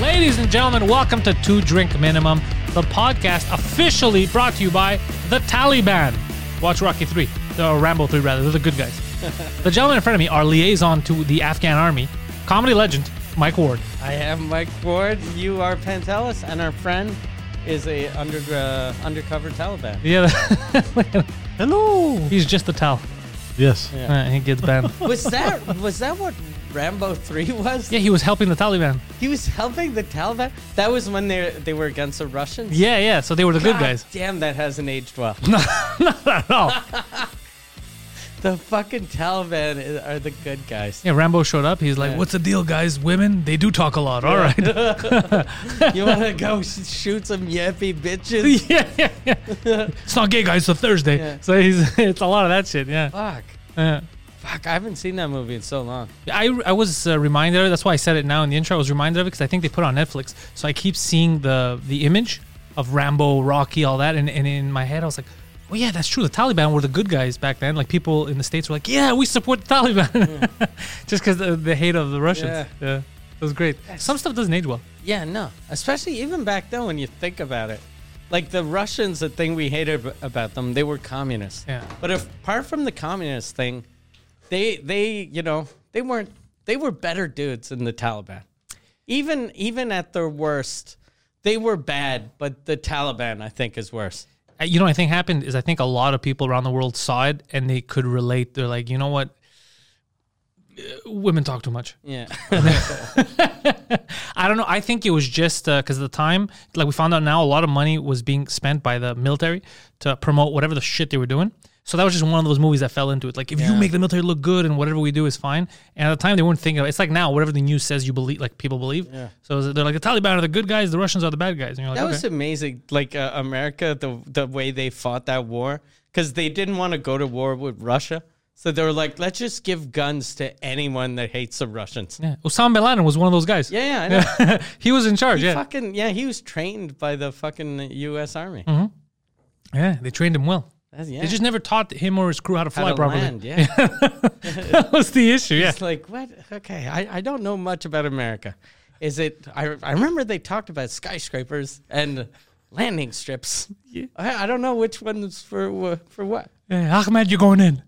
Ladies and gentlemen, welcome to Two Drink Minimum, the podcast officially brought to you by the Taliban. Watch Rocky 3, or Rambo 3 rather, they're the good guys. the gentleman in front of me, our liaison to the Afghan army, comedy legend Mike Ward. I am Mike Ford. You are Pantelis, and our friend is a under, uh, undercover Taliban. Yeah, Hello. he's just the Tal. Yes. Yeah. Uh, he gets banned. Was that was that what Rambo Three was? yeah, he was helping the Taliban. He was helping the Taliban. That was when they they were against the Russians. Yeah, yeah, so they were the good God guys. Damn, that hasn't aged well. No. the fucking Taliban is, are the good guys. Yeah, Rambo showed up. He's like, Yeah. "What's the deal, guys? Women, they do talk a lot. All right." You want to go sh- shoot some yappy bitches? yeah, yeah, yeah. It's not gay, guys. It's a Thursday, Yeah. so he's it's a lot of that shit. Yeah. Fuck. Yeah. Fuck, I haven't seen that movie in so long. I I was uh, reminded. of it. That's why I said it now in the intro. I was reminded of it because I think they put it on Netflix. So I keep seeing the the image of Rambo, Rocky, all that, and, and in my head I was like. Oh yeah, that's true. The Taliban were the good guys back then. Like people in the states were like, "Yeah, we support the Taliban," just because the, the hate of the Russians. Yeah. Yeah, it was great. Some stuff doesn't age well. Yeah, no. Especially even back then when you think about it. Like the Russians, the thing we hated ab- about them, they were communists. Yeah. But if, apart from the communist thing, they they you know they weren't they were better dudes than the Taliban. Even even at their worst, they were bad. But the Taliban, I think, is worse. Uh, you know what I think happened is I think a lot of people around the world saw it and they could relate. They're like, you know what, Uh, women talk too much. Yeah. I don't know. I think it was just because of the time, like we found out now, a lot of money was being spent by the military to promote whatever the shit they were doing. So that was just one of those movies that fell into it. Like if you Yeah. make the military look good and whatever we do is fine. And at the time they weren't thinking. Of, it's like now whatever the news says, you believe. Like people believe. Yeah. So they're like the Taliban are the good guys, the Russians are the bad guys. And you're like, That okay. was amazing. Like uh, America, the the way they fought that war, because they didn't want to go to war with Russia, so they were like, let's just give guns to anyone that hates the Russians. yeah. Osama bin Laden was one of those guys. Yeah, yeah, I know. he was in charge. yeah. Fucking yeah, he was trained by the fucking U.S. Army. Yeah, they trained him well. That's- yeah. Mm-hmm. They just never taught him or his crew how to How fly to properly. land, yeah. that was the issue. Yeah. It's like what? Okay, I, I don't know much about America. Is it? I I remember they talked about skyscrapers and landing strips. I, I don't know which ones for wh- for what. Hey, Ahmed, you're going in.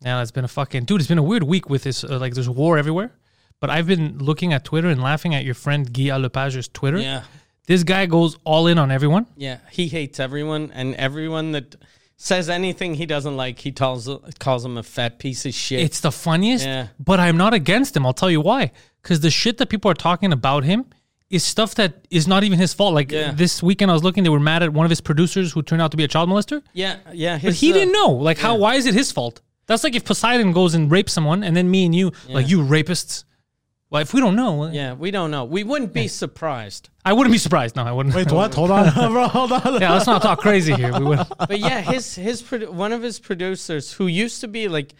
Now it's been a fucking dude. It's been a weird week with this. Uh, like, there's war everywhere. But I've been looking at Twitter and laughing at your friend Guy Lepage's Twitter. Yeah. This guy goes all in on everyone. Yeah, he hates everyone, and everyone that says anything he doesn't like, he tells calls him a fat piece of shit. It's the funniest. Yeah. But I'm not against him. I'll tell you why. Because the shit that people are talking about him is stuff that is not even his fault. Like Yeah. this weekend, I was looking. They were mad at one of his producers who turned out to be a child molester. yeah, yeah. uh, But he didn't know. Like, how? Why is it his fault? That's like if Poseidon goes and rapes someone, and then me and you, like you rapists. Well, if we don't know, Yeah, we don't know. We wouldn't be surprised. I wouldn't be surprised. No, I wouldn't. Wait, what? Hold on, bro. Hold on. yeah, let's not talk crazy here. We would. But yeah, his his produ- one of his producers who used to be like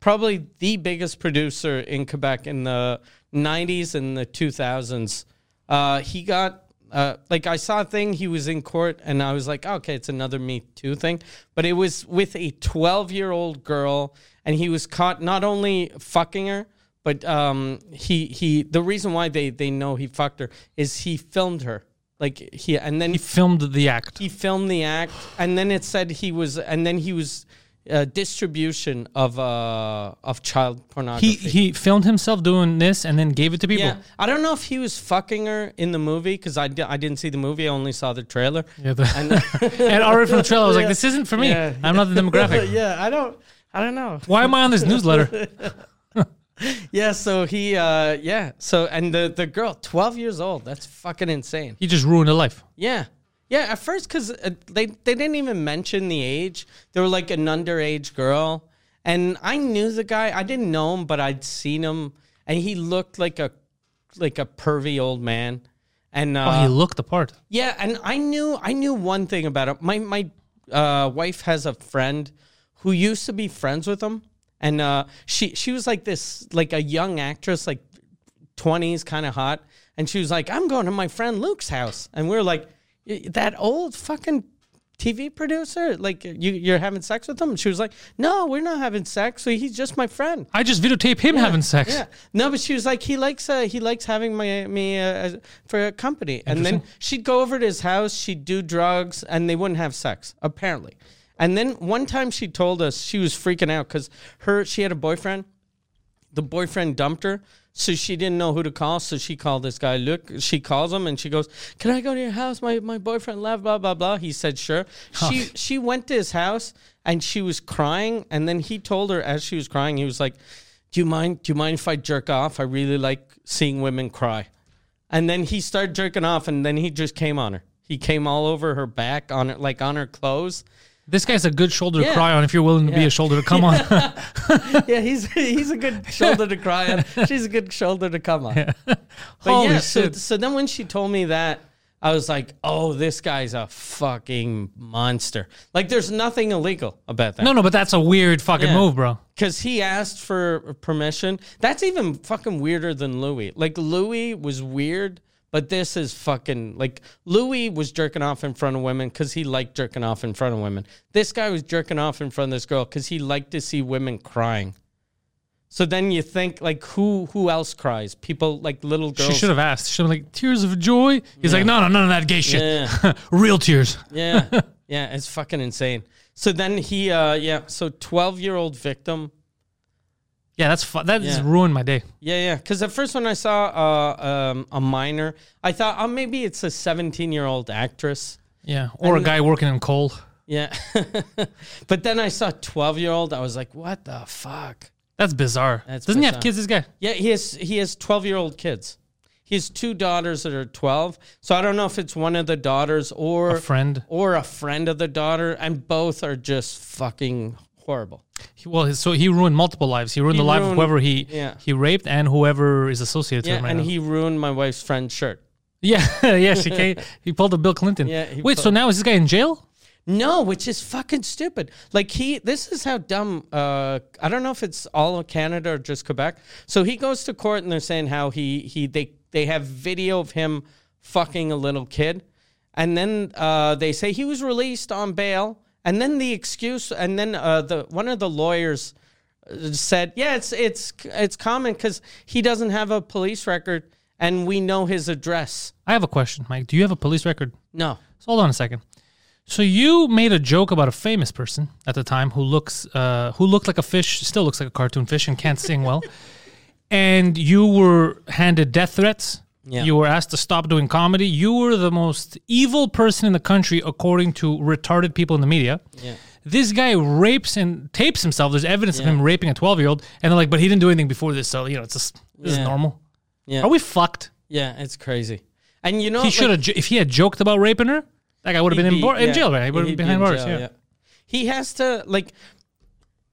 probably the biggest producer in Quebec in the '90s and the 2000s. Uh, he got. Uh, like I saw a thing, he was in court, and I was like, okay, it's another Me Too thing. But it was with a 12 year old girl, and he was caught not only fucking her, but um, he he. The reason why they they know he fucked her is he filmed her, like he, and then He filmed the act. he filmed the act and then it said he was and then he was uh, distribution of uh of child He pornography he filmed himself doing this and then gave it to people. yeah i don't know if he was fucking her in the movie because I, di- I didn't see the movie i only saw the trailer Yeah, the- and already from the trailer, I was like, "This isn't for me. Yeah. I'm not the demographic. yeah i don't i don't know Why am I on this newsletter?" yeah so he uh yeah so and the the girl 12 years old that's fucking insane He just ruined a life. Yeah. Yeah, at first, because uh, they, they didn't even mention the age. They were like an underage girl. And I knew the guy. I didn't know him, but I'd seen him. And he looked like a like a pervy old man. And uh, Oh, he looked the part. yeah, and I knew I knew one thing about him. My my uh, wife has a friend who used to be friends with him, and uh, she she was like this like a young actress, like twenties, kind of hot, and she was like, "I'm going to my friend Luke's house," and we were like, "Y- "That old fucking TV producer? Like you, you're having sex with him?" And she was like, "No, we're not having sex. He's just my friend." I just videotape him having sex. Yeah. No, but she was like, he likes uh, he likes having my me uh, as- for a company, and then she'd go over to his house, she'd do drugs, and they wouldn't have sex apparently. And then one time she told us she was freaking out because her she had a boyfriend. The boyfriend dumped her, so she didn't know who to call. So she called this guy Luke. She calls him and she goes, "Can I go to your house? My my boyfriend left." Blah blah blah. He said, "Sure." She she went to his house and she was crying. And then he told her as she was crying, he was like, do you mind do you mind if I jerk off? I really like seeing women cry. And then he started jerking off and then he just came on her. He came all over her back on her like on her clothes. This guy's a good shoulder Yeah. to cry on if you're willing to be Yeah. a shoulder to come on. yeah, he's he's a good shoulder to cry on. She's a good shoulder to come on. But Holy yeah, shit. So, so then when she told me that, I was like, "Oh, this guy's a fucking monster." Like there's nothing illegal about that. no, no, but that's a weird fucking Yeah. move, bro. Because he asked for permission. That's even fucking weirder than Louis. Like, Louis was weird, but this is fucking. Like, Louis was jerking off in front of women because he liked jerking off in front of women. This guy was jerking off in front of this girl because he liked to see women crying. So then you think, like, who who else cries? People, like, little girls. She should have asked. She should have been like, tears of joy. He's like, no, no, none of that gay shit. Yeah. Real tears. Yeah. yeah. It's fucking insane. So then he, uh, yeah. So 12 year old victim Yeah, that's fu- that just Yeah. ruined my day. Yeah, yeah. Because the first one I saw uh, um, a minor, I thought, oh, maybe it's a 17 year old actress. Yeah, or a guy working in coal. Yeah. but then I saw 12 year old. I was like, what the fuck? That's bizarre. That's Doesn't he have bizarre. kids? This guy. Yeah, he has he has 12 year old kids. He has two daughters that are 12. So I don't know if it's one of the daughters or A friend. or a friend of the daughter, and both are just fucking horrible. He- well, his- so he ruined multiple lives. He ruined He the life ruined- of whoever he yeah. he raped and whoever is associated Yeah, to him. Right and now. he ruined my wife's friend's shirt. yeah, yeah, she came, he pulled a Bill Clinton. Yeah, he Wait, so pulled- now is this guy in jail? No, which is fucking stupid. Like he, this is how dumb. Uh, I don't know if it's all of Canada or just Quebec. So he goes to court and they're saying how he he they they have video of him fucking a little kid, and then uh, they say he was released on bail, and then the excuse, and then uh, the one of the lawyers uh, said, yeah, it's it's it's common because he doesn't have a police record, and we know his address. I have a question, Mike. Do you have a police record? No, So hold on a second. So you made a joke about a famous person at the time who looks uh, who looked like a fish, still looks like a cartoon fish, and can't sing well. And you were handed death threats. Yeah. You were asked to stop doing comedy. You were the most evil person in the country, according to retarded people in the media. Yeah. This guy rapes and tapes himself. There's evidence of him raping a 12 year old, and they're like, "But he didn't do anything before this, so you know it's just this Yeah. is normal." Yeah. Are we fucked? yeah, it's crazy. And you know He like- should have. If he had joked about raping her, that guy would have been in, He'd bar- be- in jail, yeah. right? He would He'd have be been behind in bars. jail, yeah. He has to like.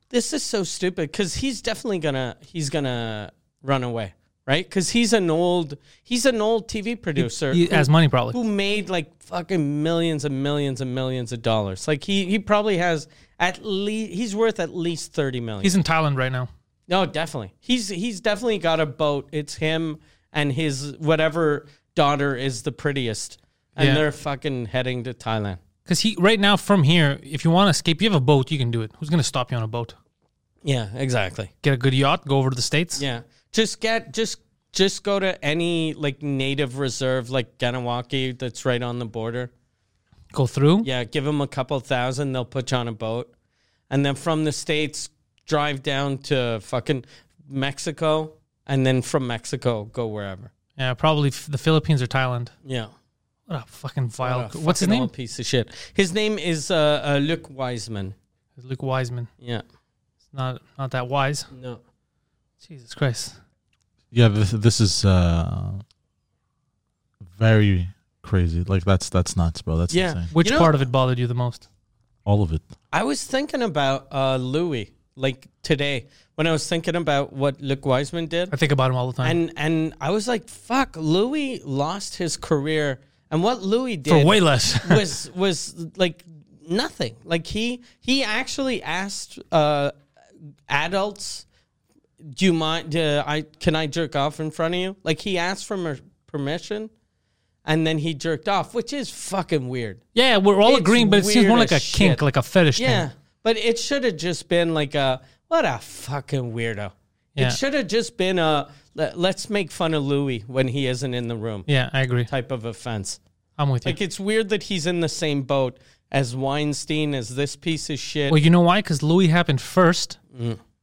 This is so stupid because he's definitely gonna he's gonna run away, right? Because he's an old he's an old TV producer He who, has money probably. who made like fucking millions and millions and millions of dollars. Like he he probably has at least he's worth at least thirty million. He's in Thailand right now. No, definitely. He's he's definitely got a boat. It's him and his whatever daughter is the prettiest, and Yeah. they're fucking heading to Thailand. Because he right now from here, if you want to escape, you have a boat, you can do it. Who's gonna stop you on a boat? Yeah, exactly. Get a good yacht, go over to the states. Yeah. Just get just just go to any like native reserve like Ganawaki that's right on the border. Go through. Yeah, give them a couple thousand, they'll put you on a boat. And then from the states drive down to fucking Mexico and then from Mexico go wherever. Yeah, probably f- the Philippines or Thailand. Yeah. What a fucking vile. What a What's his fucking name? old Piece of shit. His name is uh, uh Luke Wiseman. Luke Wiseman. Yeah. It's not not that wise. No. Jesus Christ. Yeah, this, this is uh, very crazy. Like that's that's nuts, bro. That's Yeah. insane. Which You know- part of it bothered you the most? All of it. I was thinking about uh Louis like today when I was thinking about what Luke Wiseman did. I think about him all the time. and and I was like, "Fuck!" Louis lost his career, and what Louis For did way less. was was like nothing. Like he he actually asked uh, adults, "Do you mind? Uh, I can I jerk off in front of you?" Like he asked for mer- permission, and then he jerked off, which is fucking weird. Yeah, we're all It's agreeing, but it seems weird more like a as kink, shit. like a fetish Yeah, thing. but it should have just been like a what a fucking weirdo. Yeah. It should have just been a let, let's make fun of Louis when he isn't in the room Yeah, I agree. type of offense. I'm with you. Like it's weird that he's in the same boat as Weinstein as this piece of shit. Mm. Well, you know why? Because Louis happened first,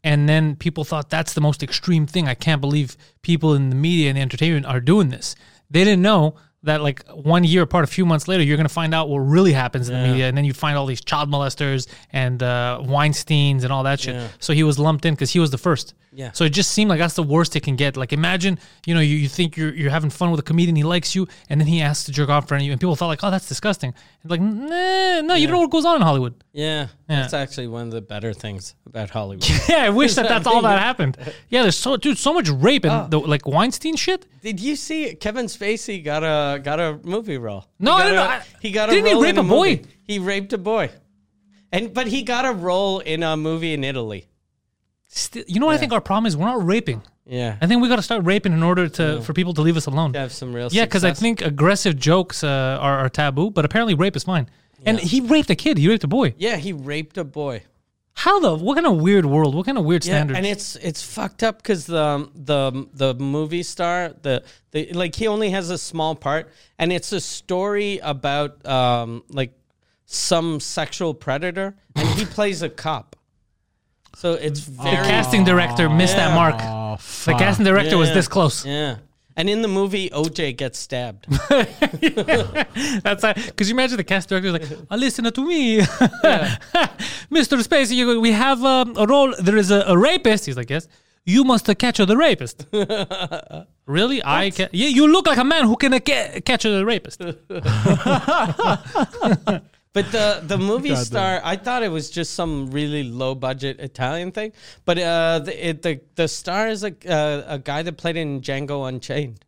and then people thought that's the most extreme thing. I can't believe people in the media and the entertainment are doing this. They didn't know that, like one year apart, a few months later, you're going to find out what really happens in the media, and then you find all these child molesters and uh, Weinstein's and all that shit. So he was lumped in because he was the first. Yeah. So it just seemed like that's the worst it can get. Like imagine, you know, you, you think you're you're having fun with a comedian, he likes you, and then he asks to jerk off in front of you, and people thought like, oh, that's disgusting. And like, nah, no, you don't know what goes on in Hollywood. yeah, Yeah. that's actually one of the better things about Hollywood. Yeah, I wish that that's all that happened. Yeah, there's so dude, so much rape and Ah. the like Weinstein shit. Did you see Kevin Spacey got a got a movie role? No, I he got didn't a, know. I- He got didn't a he role rape in a boy? movie. He raped a boy, and but he got a role in a movie in Italy. Sti- you know what I think our problem is? We're not raping. Yeah, I think we got to start raping in order to for people to leave us alone. to have some real. Yeah, because I success. think aggressive jokes uh, are, are taboo, but apparently rape is fine. And he raped a kid. He raped a boy. Yeah, he raped a boy. How the? What kind of weird world? What kind of weird Yeah, standards? and it's it's fucked up because the the the movie star the the like he only has a small part, and it's a story about um like some sexual predator, and he plays a cop. So it's the very casting director missed that Yeah. mark. Oh, the fuck. casting director was Yeah. this close. Yeah. And in the movie, OJ gets stabbed. That's because you imagine the cast director is like, "Uh, listen to me, Mr. Spacey. You, we have um, a role. There is a, a rapist. He's like, yes. You must uh, catch the rapist. really? I can. Yeah, you look like a man who can uh, ca- catch the rapist. But the, the movie God star, I thought it was just some really low budget Italian thing. But uh, the, it, the the star is a uh, a guy that played in Django Unchained.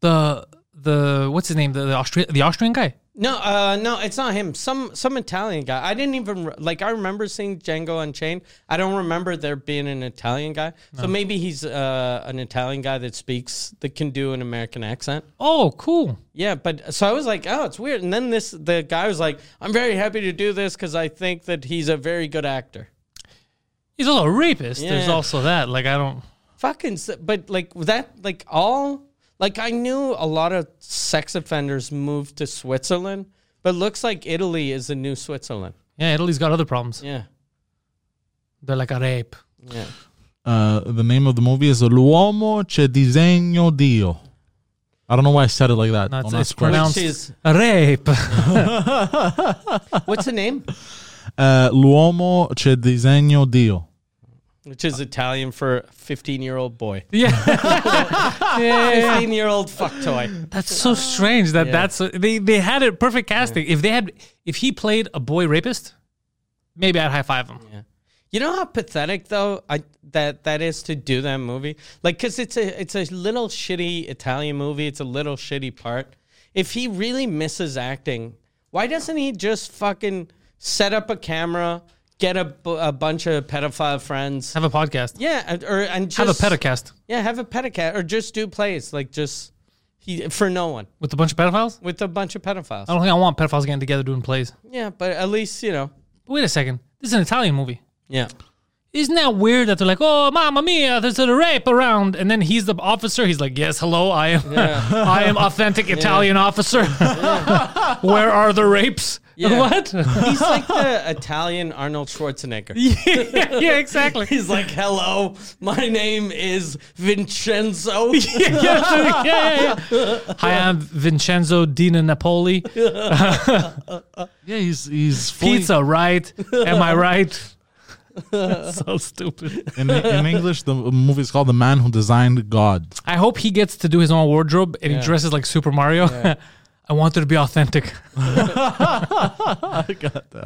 The the what's his name? The the, Austra- the Austrian guy. No, uh, no, it's not him. Some some Italian guy. I didn't even re- like. I remember seeing Django Unchained. I don't remember there being an Italian guy. So maybe he's uh, an Italian guy that speaks that can do an American accent. Oh, cool. Yeah, but so I was like, oh, it's weird. And then this, the guy was like, I'm very happy to do this because I think that he's a very good actor. He's also a rapist. There's Yeah. also that. Like I don't. Fucking, s- but like that, like all, like I knew a lot of sex offenders moved to Switzerland, but looks like Italy is the new Switzerland. Yeah, Italy's got other problems. Yeah. They're like a rape. Yeah. Uh, the name of the movie is L'uomo c'è disegno Dio. I don't know why I said it like that. No, it's, Don't it's ask questions. pronounced is- rape. What's the name? Uh, L'uomo c'è disegno Dio. Which is Italian for 15 year old boy. yeah. 15 year old fuck toy. That's so strange that that's they they had it perfect casting. If they had if he played a boy rapist, maybe I'd high five him. You know how pathetic though I that that is to do that movie. Like, cause it's a it's a little shitty Italian movie. It's a little shitty part. If he really misses acting, why doesn't he just fucking set up a camera, get a, bu- a bunch of pedophile friends? Have a podcast. Yeah, and- or and just Have a pedicast Yeah, have a pedicat or just do plays like just he for no one with a bunch of pedophiles. with a bunch of pedophiles. I don't think I want pedophiles getting together doing plays. Yeah, but at least you know. Wait a second. This is an Italian movie. Yeah. Isn't that weird that they're like, "Oh, mamma mia, there's a rape around," and then he's the officer. He's like, "Yes, hello, I am, I am authentic Italian officer. Where are the rapes? Yeah. What? He's like the Italian Arnold Schwarzenegger. yeah, exactly. He's like, "Hello, my name is Vincenzo." yeah, yeah, yeah. Hi, I'm Vincenzo Dina Napoli. Yeah, he's he's fully, Pizza, right? Am I right? so stupid. in, in English. The movie is called The Man Who Designed God. I hope he gets to do his own wardrobe and he dresses like Super Mario. I wanted to be authentic.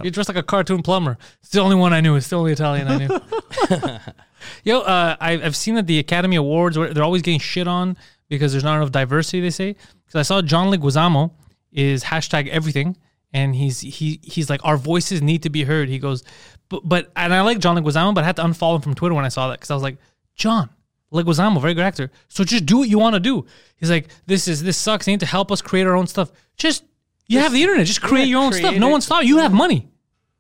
You dress like a cartoon plumber. It's the only one I knew. It's the only Italian I knew. Yo, uh, I, I've seen that the Academy Awards, where they're always getting shit on because there's not enough diversity, they say. Because I saw John Leguizamo is hashtag everything. And he's he he's like, our voices need to be heard. He goes, but, but and I like John Leguizamo, but I had to unfollow him from Twitter when I saw that because I was like, John, Leguizamo, very good actor. So just do what you want to do. He's like, this is this sucks. They need to help us create our own stuff. Just you have the internet. Just create your own stuff. create No it. one's stopping. You have money.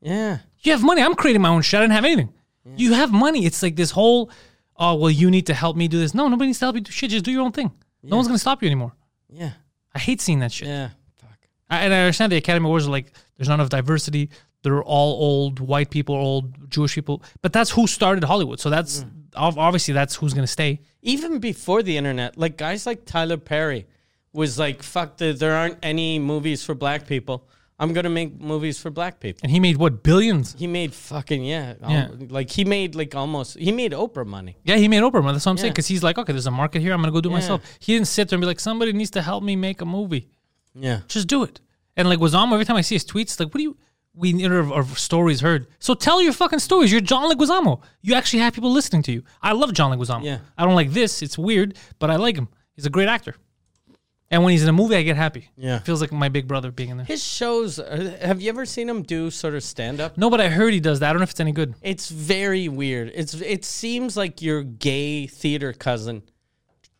Yeah. You have money. I'm creating my own shit. I didn't have anything. You have money. It's like this whole, oh well, you need to help me do this. No, nobody needs to help you do shit. Just do your own thing. No one's gonna stop you anymore. Yeah. I hate seeing that shit. Yeah. Fuck. I, and I understand the Academy Awards are like there's not enough diversity. They're all old white people, old Jewish people, but that's who started Hollywood. So that's ob- obviously that's who's gonna stay. Even before the internet, like guys like Tyler Perry was like, fuck, the, there aren't any movies for black people. I'm going to make movies for black people. And he made what billions? He made fucking, yeah, al- Yeah. Like he made like almost, he made Oprah money. Yeah, he made Oprah. man. That's what I'm saying. Yeah. Because he's like, okay, there's a market here. I'm gonna go do it myself. He didn't sit there and be like, somebody needs to help me make a movie. Yeah. Just do it. And like Wazamo, every time I see his tweets, like, what do you? We need our, our stories heard. So tell your fucking stories. You're John Leguizamo. You actually have people listening to you. I love John Leguizamo. Yeah. I don't like this. It's weird, but I like him. He's a great actor. And when he's in a movie, I get happy. Yeah. Feels like my big brother being in there. His shows, are, have you ever seen him do sort of stand up? No, but I heard he does that. I don't know if it's any good. It's very weird. It's it seems like your gay theater cousin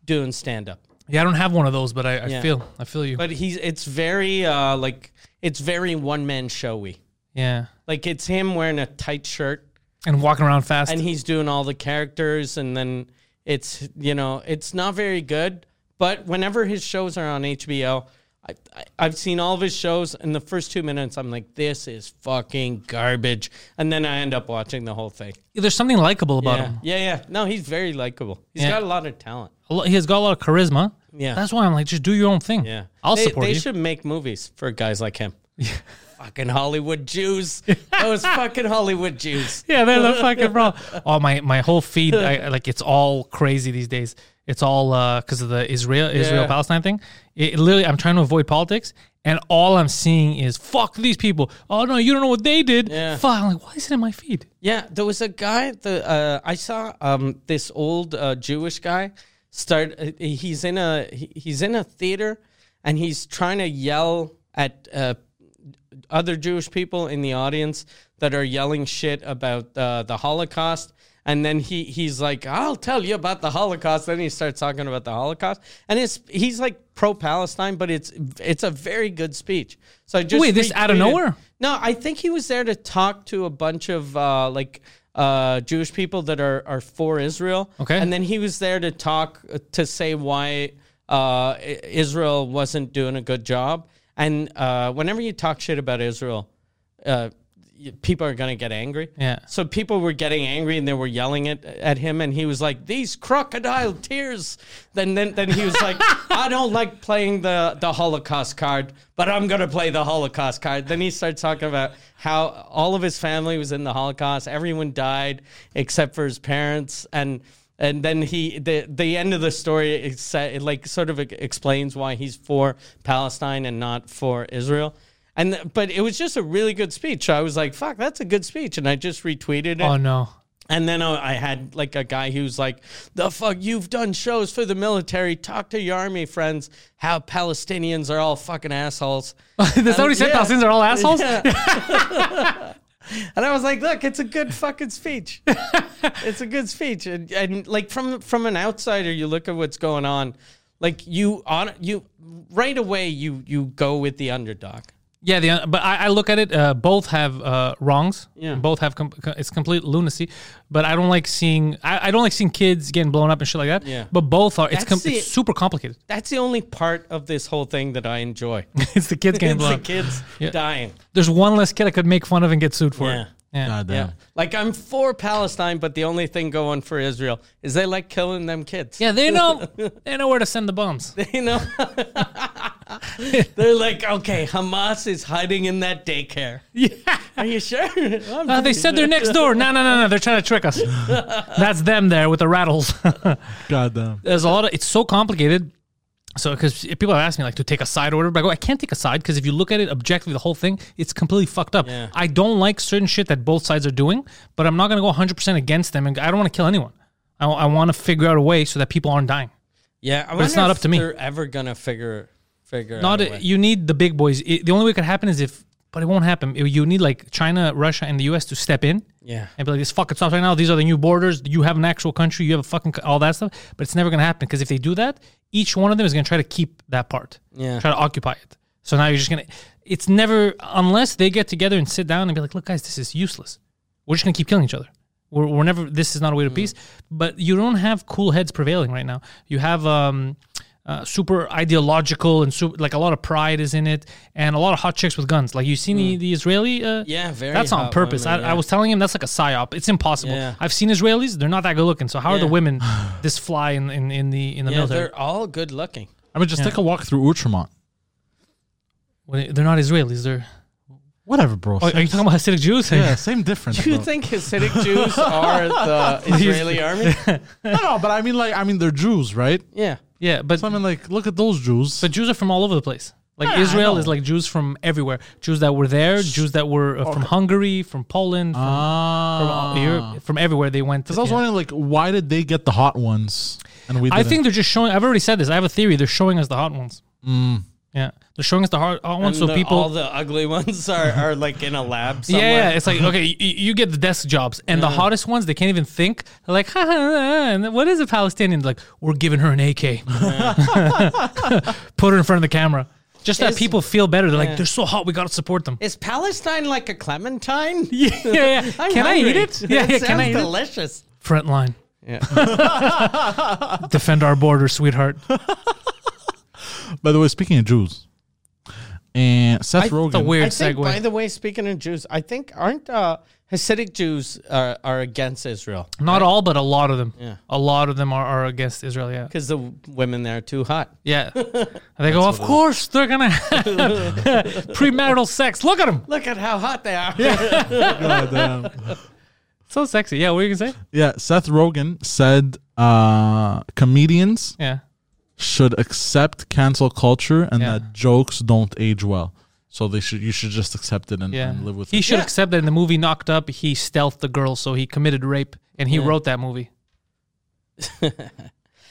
doing stand up. Yeah, I don't have one of those, but I, I Yeah. feel I feel you. But he's it's very uh like it's very one man showy. yeah. Like it's him wearing a tight shirt And walking around fast. and he's doing all the characters and then it's you know, it's not very good, but whenever his shows are on HBO, I, I, I've seen all of his shows and the first two minutes I'm like, this is fucking garbage. And then I end up watching the whole thing. There's something likable about Yeah. him. yeah, yeah. No, he's very likable. He's Yeah. got a lot of talent. A lot- He has got a lot of charisma. Yeah. That's why I'm like, just do your own thing. Yeah. I'll they, support they you. should make movies for guys like him. fucking Hollywood Jews. Those fucking Hollywood Jews. Yeah, they're the fucking problem. Oh my, my whole feed, I, I- like it's all crazy these days. It's all because of the Israel Israel Palestine thing. It, it literally, I'm trying to avoid politics, and all I'm seeing is fuck these people. Oh no, you don't know what they did. Yeah. Fuck. I'm like, why is it in my feed? Yeah, there was a guy. The uh, I saw um, this old uh, Jewish guy start. Uh, he's in a he- he's in a theater, and he's trying to yell at uh, other Jewish people in the audience that are yelling shit about uh, the Holocaust. And then he he's like, "I'll tell you about the Holocaust." Then he starts talking about the Holocaust, and it's he's like pro Palestine, but it's it's a very good speech. So I just Wait, this out of retweeted- nowhere? no, I think he was there to talk to a bunch of uh, like uh, Jewish people that are are for Israel. Okay. and then he was there to talk uh, to say why uh, I- Israel wasn't doing a good job. And uh, whenever you talk shit about Israel, uh, y- people are gonna get angry. Yeah. So people were getting angry and they were yelling at, at him, and he was like, "These crocodile tears." Then then then he was like, "I don't like playing the the Holocaust card, but I'm gonna play the Holocaust card." Then he started talking about how all of his family was in the Holocaust, everyone died except for his parents, and. And then he, the, the end of the story, it, sa- it like sort of explains why he's for Palestine and not for Israel. And th- but it was just a really good speech. I was like, "Fuck, that's a good speech," and I just retweeted it. Oh no. And then uh, I I had like a guy who's like, "The fuck, you've done shows for the military. Talk to your army friends how Palestinians are all fucking assholes." That's how he said. yeah. Palestinians are all assholes. And I was like, "Look, it's a good fucking speech. it's a good speech." And, and like from from an outsider, you look at what's going on. Like you on you right away, you you go with the underdog. Yeah, the, but I, I look at it. Uh, both have uh, wrongs. Yeah. Both have com- co- it's complete lunacy. But I don't like seeing I, I don't like seeing kids getting blown up and shit like that. Yeah. But both are it's, That's com- the- it's super complicated. That's the only part of this whole thing that I enjoy. it's the kids getting it's blown the up. kids Yeah. dying. There's one less kid I could make fun of and get sued for Yeah. it. Yeah. Goddamn. Yeah. Like I'm for Palestine, but the only thing going for Israel is they like killing them kids. Yeah, they know they know where to send the bombs. Uh, You know? They're like, okay, Hamas is hiding in that daycare. Yeah. Are you sure? I'm Uh, they said they're next door. No, no, no, no. They're trying to trick us. That's them there with the rattles. Goddamn. There's a lot of it's so complicated. So because people have asked me like to take a side order, but I go I can't take a side because if you look at it objectively, the whole thing it's completely fucked up. Yeah. I don't like certain shit that both sides are doing, but I'm not gonna go 100 percent against them, and I don't want to kill anyone. I, want to figure out a way so that people aren't dying. yeah, I But it's wonder not if up to me. They're ever gonna figure figure Not out a way. you need the big boys. It, the only way it could happen is if but it won't happen. It- You need like China, Russia, and the U.S. to step in Yeah. and be like, "This fucking stops right now. These are the new borders. You have an actual country. You have a fucking co- all that stuff." But it's never gonna happen because if they do that, each one of them is gonna try to keep that part. Yeah. Try to occupy it. So now you're just gonna. It's never unless they get together and sit down and be like, "Look, guys, this is useless. We're just gonna keep killing each other. We're, we're never. This is not a Hmm. way to peace." But you don't have cool heads prevailing right now. You have. um uh, super ideological and super, like a lot of pride is in it, and a lot of hot chicks with guns. Like you seen the, the Israeli uh, Hmm. Yeah, very that's on hot purpose. women, I, yeah. I was telling him that's like a psyop. It's impossible. Yeah. I've seen Israelis; they're not that good looking. So how are the Yeah. women this fly in, in, in the in the Yeah, military? they're all good looking. I mean, just Yeah. take a walk through Outremont. Well, They're not Israelis. They're. Whatever, bro. Oh, are you Same- talking about Hasidic Jews? yeah, same difference. Do you bro. think Hasidic Jews are the Israeli army? no, no, but I mean, like, I mean, they're Jews, right? Yeah. yeah, but So I mean, like, look at those Jews. but Jews are from all over the place. Like Yeah, I Israel know. is like Jews from everywhere. Jews that were there, Jews that were uh, from Hungary, from Poland, from, uh, from all- Oh, ah, Europe, from everywhere they went. Because I was Yeah. wondering, like, why did they get the hot ones and we? I Didn't? think they're just showing. I've already said this. I have a theory. They're showing us the hot ones. Hmm. Yeah, they're showing us the hot, hot And ones. so the- people all the ugly ones are, are like in a lab somewhere. Yeah, yeah, it's like okay, you, you get the desk jobs, and the hottest ones they can't even think. They're like, ha, ha, ha, and then what is a Palestinian? They're like, we're giving her an AK, put her in front of the camera, just that Is- people feel better. They're yeah. like, they're so hot, we gotta support them. Is Palestine like a clementine? yeah, yeah. yeah. I'm Can I eat hungry. it? Yeah, yeah. That Can I eat sounds it? delicious. Front line, Yeah. defend our border, sweetheart. By the way, speaking of Jews, and Seth It's a Rogen. weird I think, by segue. the way, speaking of Jews, I think aren't uh, Hasidic Jews are, are against Israel Not all, but a lot of them. Yeah. A lot of them are, are against Israel. Yeah. because the women there are too hot. Yeah. And they go, of course they're gonna have premarital sex. Look at them. Look at how hot they are. Goddamn. So sexy. Yeah. What were you gonna say? yeah, Seth Rogen said uh, comedians Yeah. should accept cancel culture and Yeah. that jokes don't age well. So they should you should just accept it and, Yeah. and live with he it. should Yeah. accept that in the movie Knocked Up, he stealthed the girl, so he committed rape, and he wrote that movie.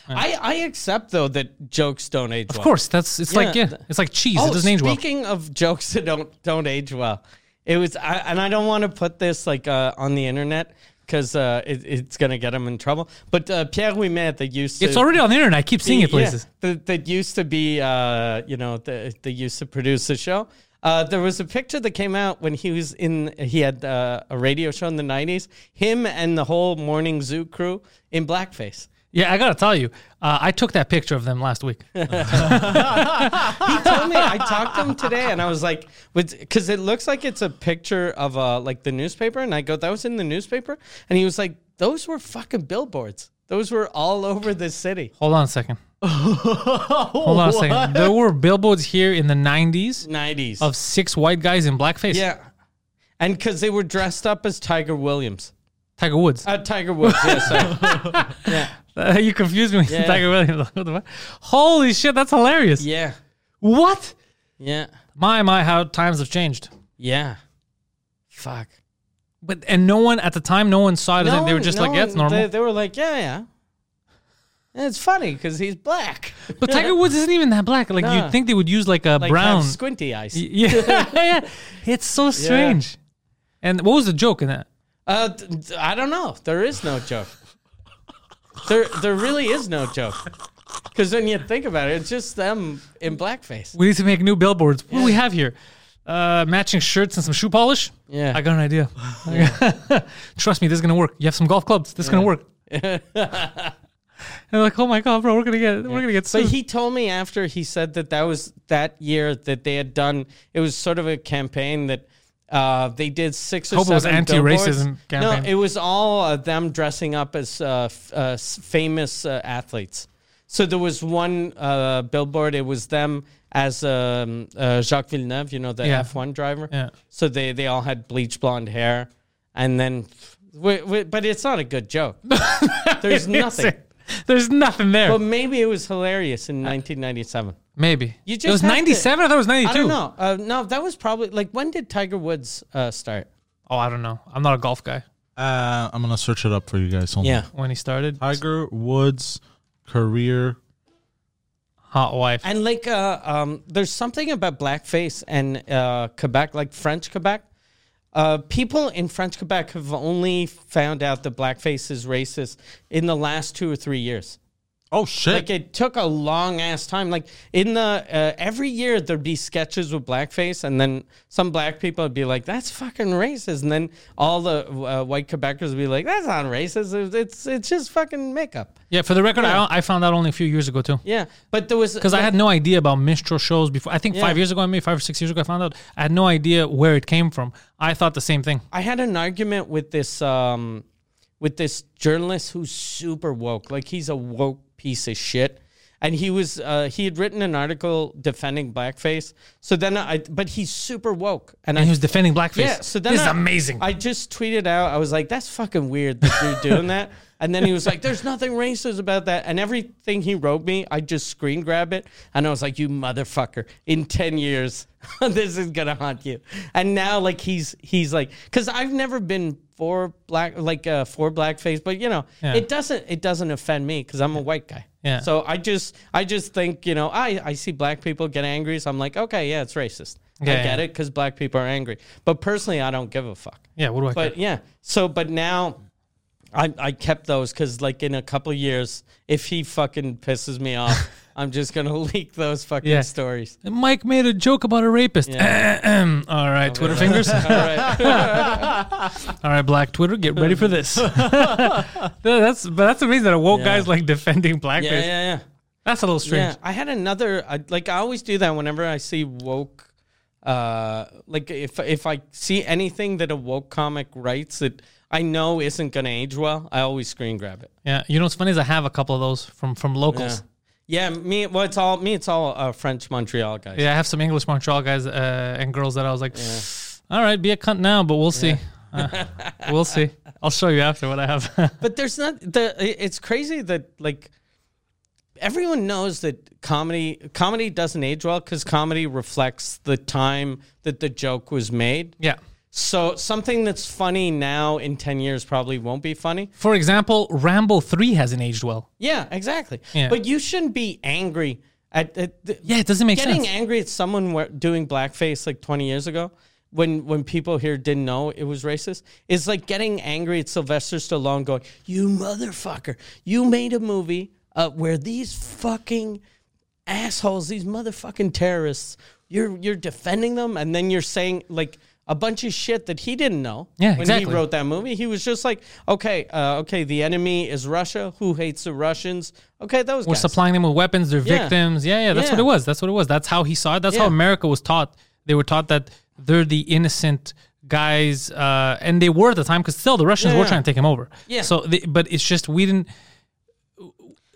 I, I accept though that jokes don't age Of well. course, that's it's like Yeah. yeah, it's like cheese. Oh, it doesn't age well. speaking of jokes that don't don't age well, it was I, and I don't want to put this like uh, on the internet because uh, it, it's gonna get him in trouble. But uh, Pierre Ouimet that used to It's already on the internet. I keep seeing it Yeah, places. that, that used to be, uh, you know, the, they used to produce the show. Uh, there was a picture that came out when he was in, he had uh, a radio show in the 90s, him and the whole Morning Zoo crew in blackface. Yeah, I gotta tell you, uh, I took that picture of them last week. He told me, I talked to him today and I was like, because it looks like it's a picture of uh, like the newspaper. And I go, that was in the newspaper. And he was like, those were fucking billboards. Those were all over the city. Hold on a second. Hold on a second. There were billboards here in the '90s 90s. of six white guys in blackface. yeah. And because they were dressed up as Tiger Williams. Tiger Woods. Uh, Uh, Tiger Woods, yeah, sorry. you confused me with Yeah. Tiger Williams. What the fuck? Holy shit, that's hilarious. yeah, What? yeah, My my, how times have changed. yeah. Fuck. But and no one at the time, no one saw it. as No anything. they were one- just no like, yeah, it's one- normal. They, they were like, yeah, yeah. And it's funny because he's black. But Tiger Woods isn't even that black. Like Nah. you'd think they would use like a Like brown. have squinty eyes. Y- yeah, yeah. It's so strange. And what was the joke in that? Uh, d- d- I don't know. There is no joke. there, there really is no joke. Because when you think about it, it's just them in blackface. We need to make new billboards. What do we have here? Uh, matching shirts and some shoe polish. Yeah. I got an idea. Trust me, this is gonna work. You have some golf clubs. This is gonna work. and they're like, oh my god, bro, we're gonna get, we're gonna get. But Sued. he told me after he said that that was that year that they had done. It was sort of a campaign that uh, they did six or Hope it seven. was anti-racism billboards. campaign. No, it was all uh, them dressing up as uh, f- uh, s- famous uh, athletes. So there was one uh, billboard. It was them as um, uh, Jacques Villeneuve, you know, the Yeah. F one driver. Yeah. So they they all had bleach blonde hair, and then. w w but it's not a good joke. There's nothing. There's nothing there. But maybe it was hilarious in 1997. Maybe You just it was have to- 97. I thought it was 92. I don't know. Uh, no, that was probably like when did Tiger Woods uh, start? Oh, I don't know. I'm not a golf guy. Uh, I'm gonna search it up for you guys. Hold on. When he started, Tiger Woods career hot wife. And like, uh, um, there's something about blackface and uh, Quebec, like French Quebec. Uh, people in French Quebec have only found out that blackface is racist in the last two or three years. Oh shit! Like it took a long ass time. Like in the uh, every year there'd be sketches with blackface, and then some black people would be like, "That's fucking racist," and then all the uh, white Quebecers would be like, "That's not racist. It's it's, it's just fucking makeup." yeah, for the record, Yeah. I, I found out only a few years ago too. Yeah, but there was Because I had no idea about minstrel shows before. I think Yeah. five years ago, I maybe five or six years ago, I found out. I had no idea where it came from. I thought the same thing. I had an argument with this um, with this journalist who's super woke. Like he's a woke piece of shit. And he was uh, he had written an article defending blackface. So then I but he's super woke. And, I And he was defending blackface. yeah, so then this I- is amazing. I just tweeted out, I was like, that's fucking weird that you're doing that. And then he was like, there's nothing racist about that. And everything he wrote me, I just screen grab it. And I was like, you motherfucker, in 10 years, this is going to haunt you. And now, like, he's, he's like, because I've never been for black, like, uh, for blackface, but you know, Yeah. it doesn't, it doesn't offend me because I'm a white guy. Yeah. So I just, I just think, you know, I, I see black people get angry. So I'm like, okay, yeah, it's racist. I Yeah, get yeah. it because black people are angry. But personally, I don't give a fuck. yeah, what do I? But But, yeah, so but now I I kept those because like in a couple years, if he fucking pisses me off, I'm just gonna leak those fucking Yeah. stories. Mike made a joke about a rapist. All right, Twitter fingers. All right. All right, Black Twitter, get ready for this. that's but that's amazing that a woke Yeah. guy's like defending blackface. Yeah, yeah, yeah. That's a little Yeah, strange. I had another. I, like I always do that whenever I see woke. Uh, like if if I see anything that a woke comic writes that I know isn't gonna age well, I always screen grab it. Yeah. you know what's funny is I have a couple of those from from Yeah, locals. yeah. Me, well, it's all me. It's all uh, French Montreal guys. Yeah, I have some English Montreal guys uh, and girls that I was like, all right, be a cunt now, but we'll see. Uh, we'll see. I'll show you after what I have. but there's not the i- it's crazy that like everyone knows that comedy comedy doesn't age well because comedy reflects the time that the joke was made yeah. so something that's funny now in 10 years probably won't be funny For example, Rambo 3 hasn't aged well. yeah exactly Yeah. but you shouldn't be angry at, at the, Yeah, it doesn't make getting sense. angry at someone we- doing blackface like 20 years ago when when people here didn't know it was racist is like getting angry at Sylvester Stallone going, "You motherfucker, you made a movie uh, where these fucking assholes, these motherfucking terrorists, you're you're defending them and then you're saying like a bunch of shit that he didn't know Yeah, when exactly. he wrote that movie. He was just like, okay, uh, okay, the enemy is Russia. Who hates the Russians? Okay, those We're guys. supplying them with weapons, they're Yeah. victims. Yeah, yeah, that's Yeah. what it was. That's what it was. That's how he saw it. That's how Yeah. America was taught. They were taught that they're the innocent guys, uh, and they were at the time because still the Russians Yeah, were yeah. trying to take him over. Yeah. So, they, but it's just we didn't.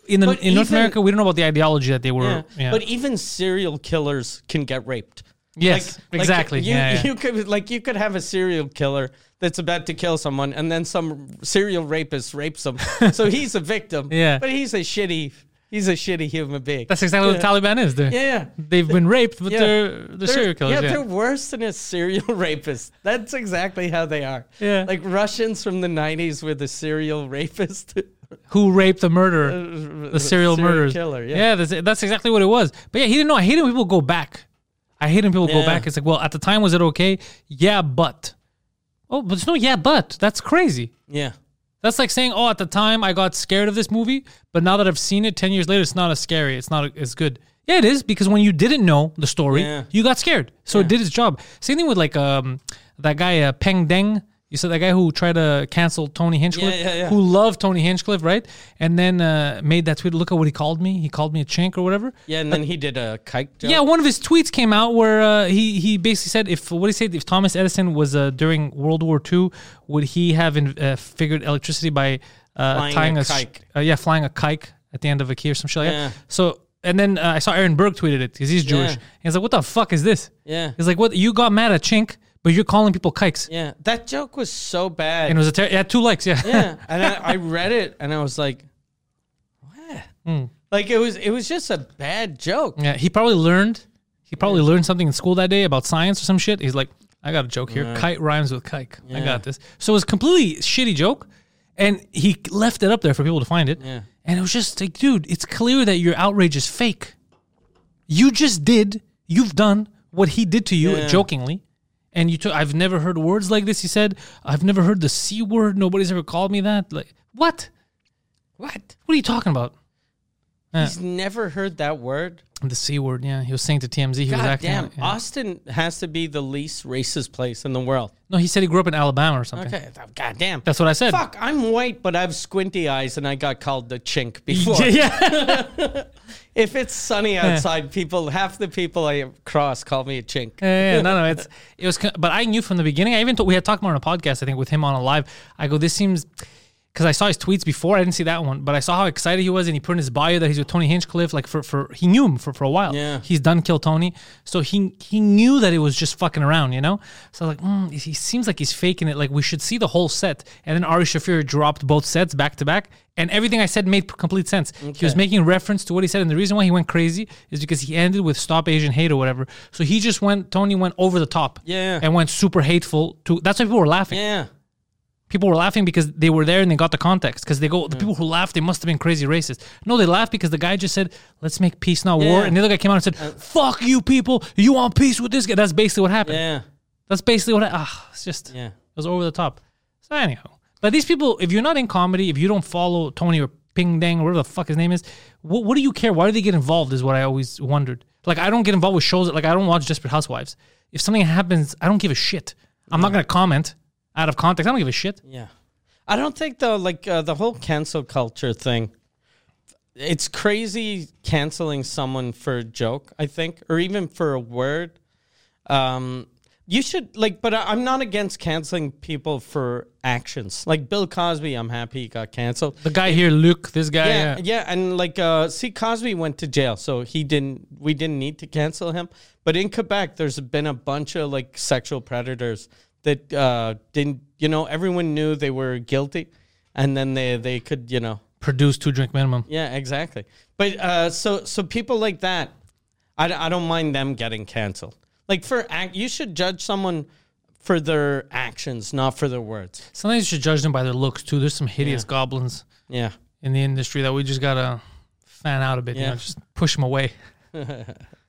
In, the, in But North even- America, we don't know about the ideology that they were. Yeah. Yeah. But even serial killers can get raped. yes, Like- exactly. you, yeah, yeah. you could like you could have a serial killer that's about to kill someone, and then some serial rapist rapes him. so he's a victim. Yeah. But he's a shitty. He's a shitty human being. that's exactly Yeah. what the Taliban is. They're, Yeah, yeah. They've been raped, but Yeah. they're, they're serial killers. Yeah, Yeah, they're worse than a serial rapist. That's exactly how they are. Yeah. Like Russians from the '90s were the serial rapist. Who raped the murderer? the serial, murderers. Uh, killer. Yeah. that's, that's exactly what it was. But yeah, he didn't know. I hate it when people go back. I hate when people go Yeah. back. It's like, well, at the time was it okay? Yeah, but oh, but there's no yeah, but that's crazy. yeah. That's like saying, oh, at the time I got scared of this movie, but now that I've seen it ten years later, it's not as scary. It's not as good. Yeah, it is because when you didn't know the story, Yeah. you got scared, so it did its job. Same thing with like um that guy uh, Peng Deng. You said that guy who tried to cancel Tony Hinchcliffe, Yeah, yeah, yeah. who loved Tony Hinchcliffe, right? And then uh, made that tweet. Look at what he called me. He called me a chink or whatever. Yeah, and then he did a kike joke. Yeah, one of his tweets came out where uh, he he basically said if what he said if Thomas Edison was uh, during World War II, would he have in, uh, figured electricity by uh, Flying tying a a, s- kike. uh, yeah flying a kike at the end of a key or some shit like Yeah. that. So and then uh, I saw Aaron Berg tweeted it because he's Jewish. Yeah. He's like, what the fuck is this? Yeah. He's like, what you got mad at Chink, but you're calling people kikes. Yeah, that joke was so bad. And it was a ter- it had two likes. Yeah. yeah, and I, I read it and I was like, what? Like it was it was just a bad joke. Hmm. Yeah, he probably learned. He probably learned something in school that day about science or some shit. He's like, I got a joke here. Kite rhymes with kike. I got this. So it was completely shitty joke, and he left it up there for people to find it. Yeah. And it was just like, dude, it's clear that your outrage is fake. You just did. You've done what he did to you Yeah. jokingly, and you took. I've never heard words like this. He said, "I've never heard the c word. Nobody's ever called me that." Like what? What? What are you talking about? He's never heard that word. The c word. Yeah, he was saying to TMZ. He was God acting. damn. like- yeah. Austin has to be the least racist place in the world. No, he said he grew up in Alabama or something. Okay. th- God damn. That's what I said. Fuck, I'm white, but I have squinty eyes and I got called the chink before. Yeah, yeah. If it's sunny outside, people, half the people I cross call me a chink. yeah, yeah, no, no, it's it was. co- But I knew from the beginning. I even thought we had talked about it on a podcast. I think with him on a live. I go, this seems because I saw his tweets before. I didn't see that one, but I saw how excited he was, and he put in his bio that he's with Tony Hinchcliffe. Like for for he knew him for for a while. Yeah. he's done kill Tony, so he he knew that it was just fucking around, you know. So I was like, mm, he seems like he's faking it. Like we should see the whole set. And then Ari Shafir dropped both sets back to back, and everything I said made complete sense. He was making reference to what he said, and the reason why he went crazy is because he ended with "Stop Asian Hate" or whatever. So he just went. Tony went over the top. Yeah. and went super hateful to. That's why people were laughing Yeah. people were laughing because they were there and they got the context. Because they go, the people who laughed, they must have been crazy racist. No, they laughed because the guy just said, "Let's make peace, not war," Yeah. Uh, and the other guy came out and said, "Fuck you, people! You want peace with this guy?" That's basically what happened. Yeah. That's basically what. I, ah, it's just Yeah. it was over the top. So anyhow, but these people, if you're not in comedy, if you don't follow Tony or Ping Dang or whatever the fuck his name is, what, what do you care? Why do they get involved? Is what I always wondered. Like I don't get involved with shows. Like I don't watch Desperate Housewives. If something happens, I don't give a shit. I'm not gonna comment out of context. I don't give a shit. Yeah. I don't think though, like uh, the whole cancel culture thing. It's crazy canceling someone for a joke, I think, or even for a word. Um, you should like, but I, I'm not against canceling people for actions. Like Bill Cosby, I'm happy he got canceled. The guy here, Luke, this guy. yeah, Yeah, yeah, and like, uh, see, Cosby went to jail, so he didn't. We didn't need to cancel him. But in Quebec, there's been a bunch of like sexual predators that uh, didn't. You know, everyone knew they were guilty, and then they they could. You know, Produce two drink minimum. yeah, exactly. But uh, so so people like that, I, d- I don't mind them getting canceled. Like for act, you should judge someone for their actions, not for their words. Sometimes you should judge them by their looks too. There's some hideous goblins Yeah. in the industry that we just gotta fan out a bit. You Yeah. know, just push them away.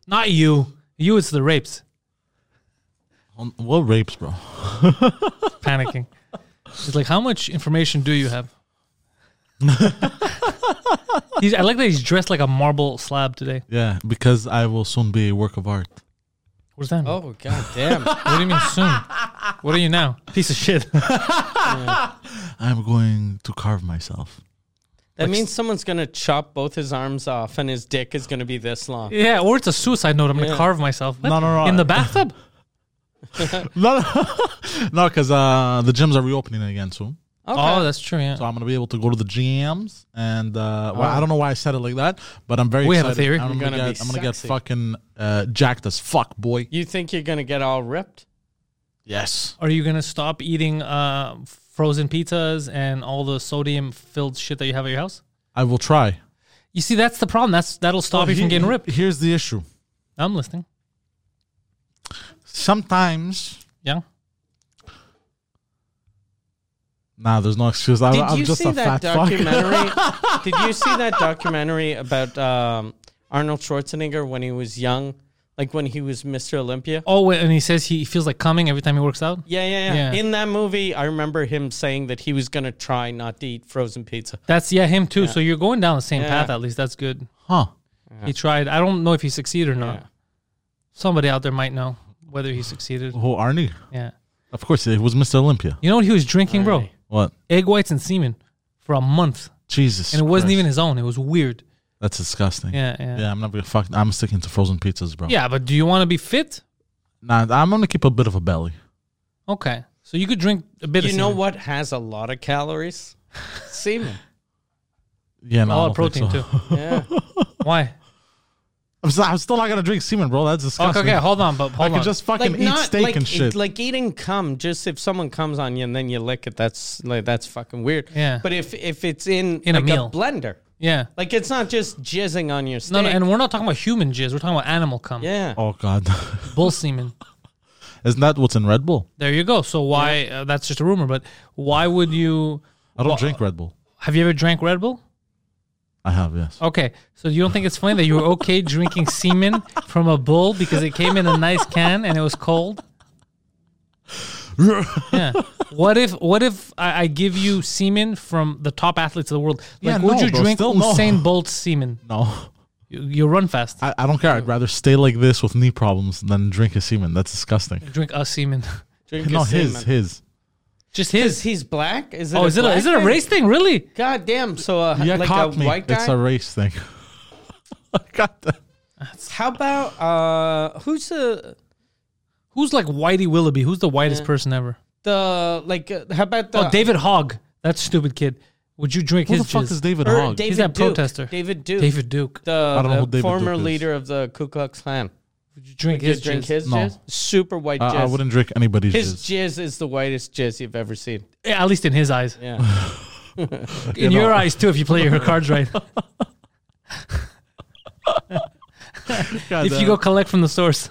Not you. You, it's the rapes. Um, What rapes, bro? Panicking. It's like, how much information do you have? he's, I like that he's dressed like a marble slab today. Yeah, because I will soon be a work of art. What does that mean? Oh god damn. What do you mean soon? What are you now? Piece of shit. I'm going to carve myself. That means someone's gonna chop both his arms off, and his dick is gonna be this long. yeah, or it's a suicide note. I'm Yeah. gonna carve myself. What? No, no, no. In the bathtub? No, no, because uh, the gyms are reopening again soon. Oh, that's true. Yeah. So I'm gonna be able to go to the gyms, and uh, well, I don't know why I said it like that, but I'm very We have a excited. theory. I'm You're gonna, gonna get, be I'm gonna get sexy. fucking uh, jacked as fuck, boy. You think you're gonna get all ripped? Yes. Are you gonna stop eating uh, frozen pizzas and all the sodium-filled shit that you have at your house? I will try. You see, that's the problem. That's that'll stop you from getting ripped. Here's the issue. I'm listening. Sometimes, Yeah. nah, there's no excuse. I, Did I'm you just see a that fat fuck. documentary? Did you see that documentary about um, Arnold Schwarzenegger when he was young, like when he was Mr. Olympia? Oh, wait, and he says he feels like coming every time he works out. Yeah, yeah, yeah, Yeah. In that movie, I remember him saying that he was gonna try not to eat frozen pizza. That's yeah, him too. So you're going down the same Yeah. path. At least that's good. Huh? He tried. I don't know if he succeeded or not. Yeah. Somebody out there might know whether he succeeded. Who Oh, Arnie? Yeah. Of course, it was Mr. Olympia. You know what he was drinking, bro? Alright. What? Egg whites and semen for a month, Jesus. and it wasn't Christ. even his own. It was weird. That's disgusting. Yeah, yeah. Yeah, I'm not gonna fuck. I'm sticking to frozen pizzas, bro. Yeah, but do you want to be fit? Nah, I'm gonna keep a bit of a belly. Okay. So you could drink a bit. You of know semen. what has a lot of calories? Semen. Yeah, no, I A lot don't of think Oh, protein so. too. Yeah. Why? I'm, s- I'm still not gonna drink semen, bro. That's Oh, Okay, disgusting. okay, hold on, but I hold can on. just fucking eat steak like, and it- shit. like eating cum. Just if someone comes on you and then you lick it, that's like that's fucking weird. Yeah. But if if it's in In a like meal. blender, yeah. like it's not just jizzing on your steak. No, no, and we're not talking about human jizz. We're talking about animal cum. yeah. oh god, Bull semen. isn't that what's in Red Bull? There you go. So why? Uh, that's just a rumor, but why would you? I don't Well, drink Red Bull. Have you ever drank Red Bull? I have, yes. Okay, so you don't think it's funny that you were okay drinking semen from a bull because it came in a nice can and it was cold? Yeah. What if what if I, I give you semen from the top athletes of the world? Like, Yeah, would no, you bro, drink still no. Usain Bolt's semen? No, You, you run fast. I, I don't care. I'd rather stay like this with knee problems than drink a semen. That's disgusting. drink us semen. Drink No, a his, semen. his. Just Is his. he's black? Is it Oh, is it a, black is it a thing? race thing? Really? God damn! So uh, Yeah, like a caught me. white guy. It's a race thing. Got that. How about uh, who's the Who's like Whitey Willoughby? Who's the whitest Yeah. person ever? the like? Uh, how about the Oh, David Hogg. That stupid kid. Would you drink Who the his fuck jizz? is Er, David or Hogg? er, David that Duke, protester. David Duke. David Duke. the, don't know who the David former Duke is. leader of the Ku Klux Klan. Would you drink His his drink jizz? his No. Uh, jizz. Super white I- jizz. I wouldn't drink anybody's His jizz. jizz is the whitest jizz you've ever seen. Yeah, At least in his eyes. Yeah. in know. your eyes too, if you play your cards right. God if you damn. go collect from the source.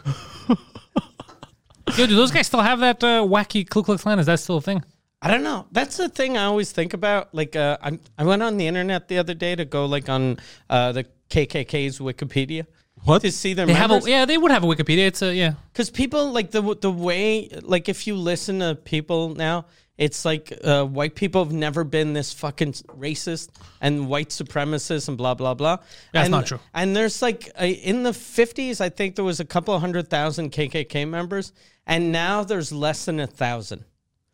Yo, do those guys still have that uh, wacky Ku Klux Klan? Is that still a thing? I don't know. That's the thing I always think about. Like, uh, I I went on the internet the other day to go like on uh, the KKK's Wikipedia What? to see their They have members. a yeah. They would have a Wikipedia. It's a yeah. Because people like the the way like if you listen to people now, it's like uh, white people have never been this fucking racist and white supremacists and blah blah blah. That's And- not true. And there's like uh, in the fifties, I think there was a couple hundred thousand KKK members, and now there's less than a thousand.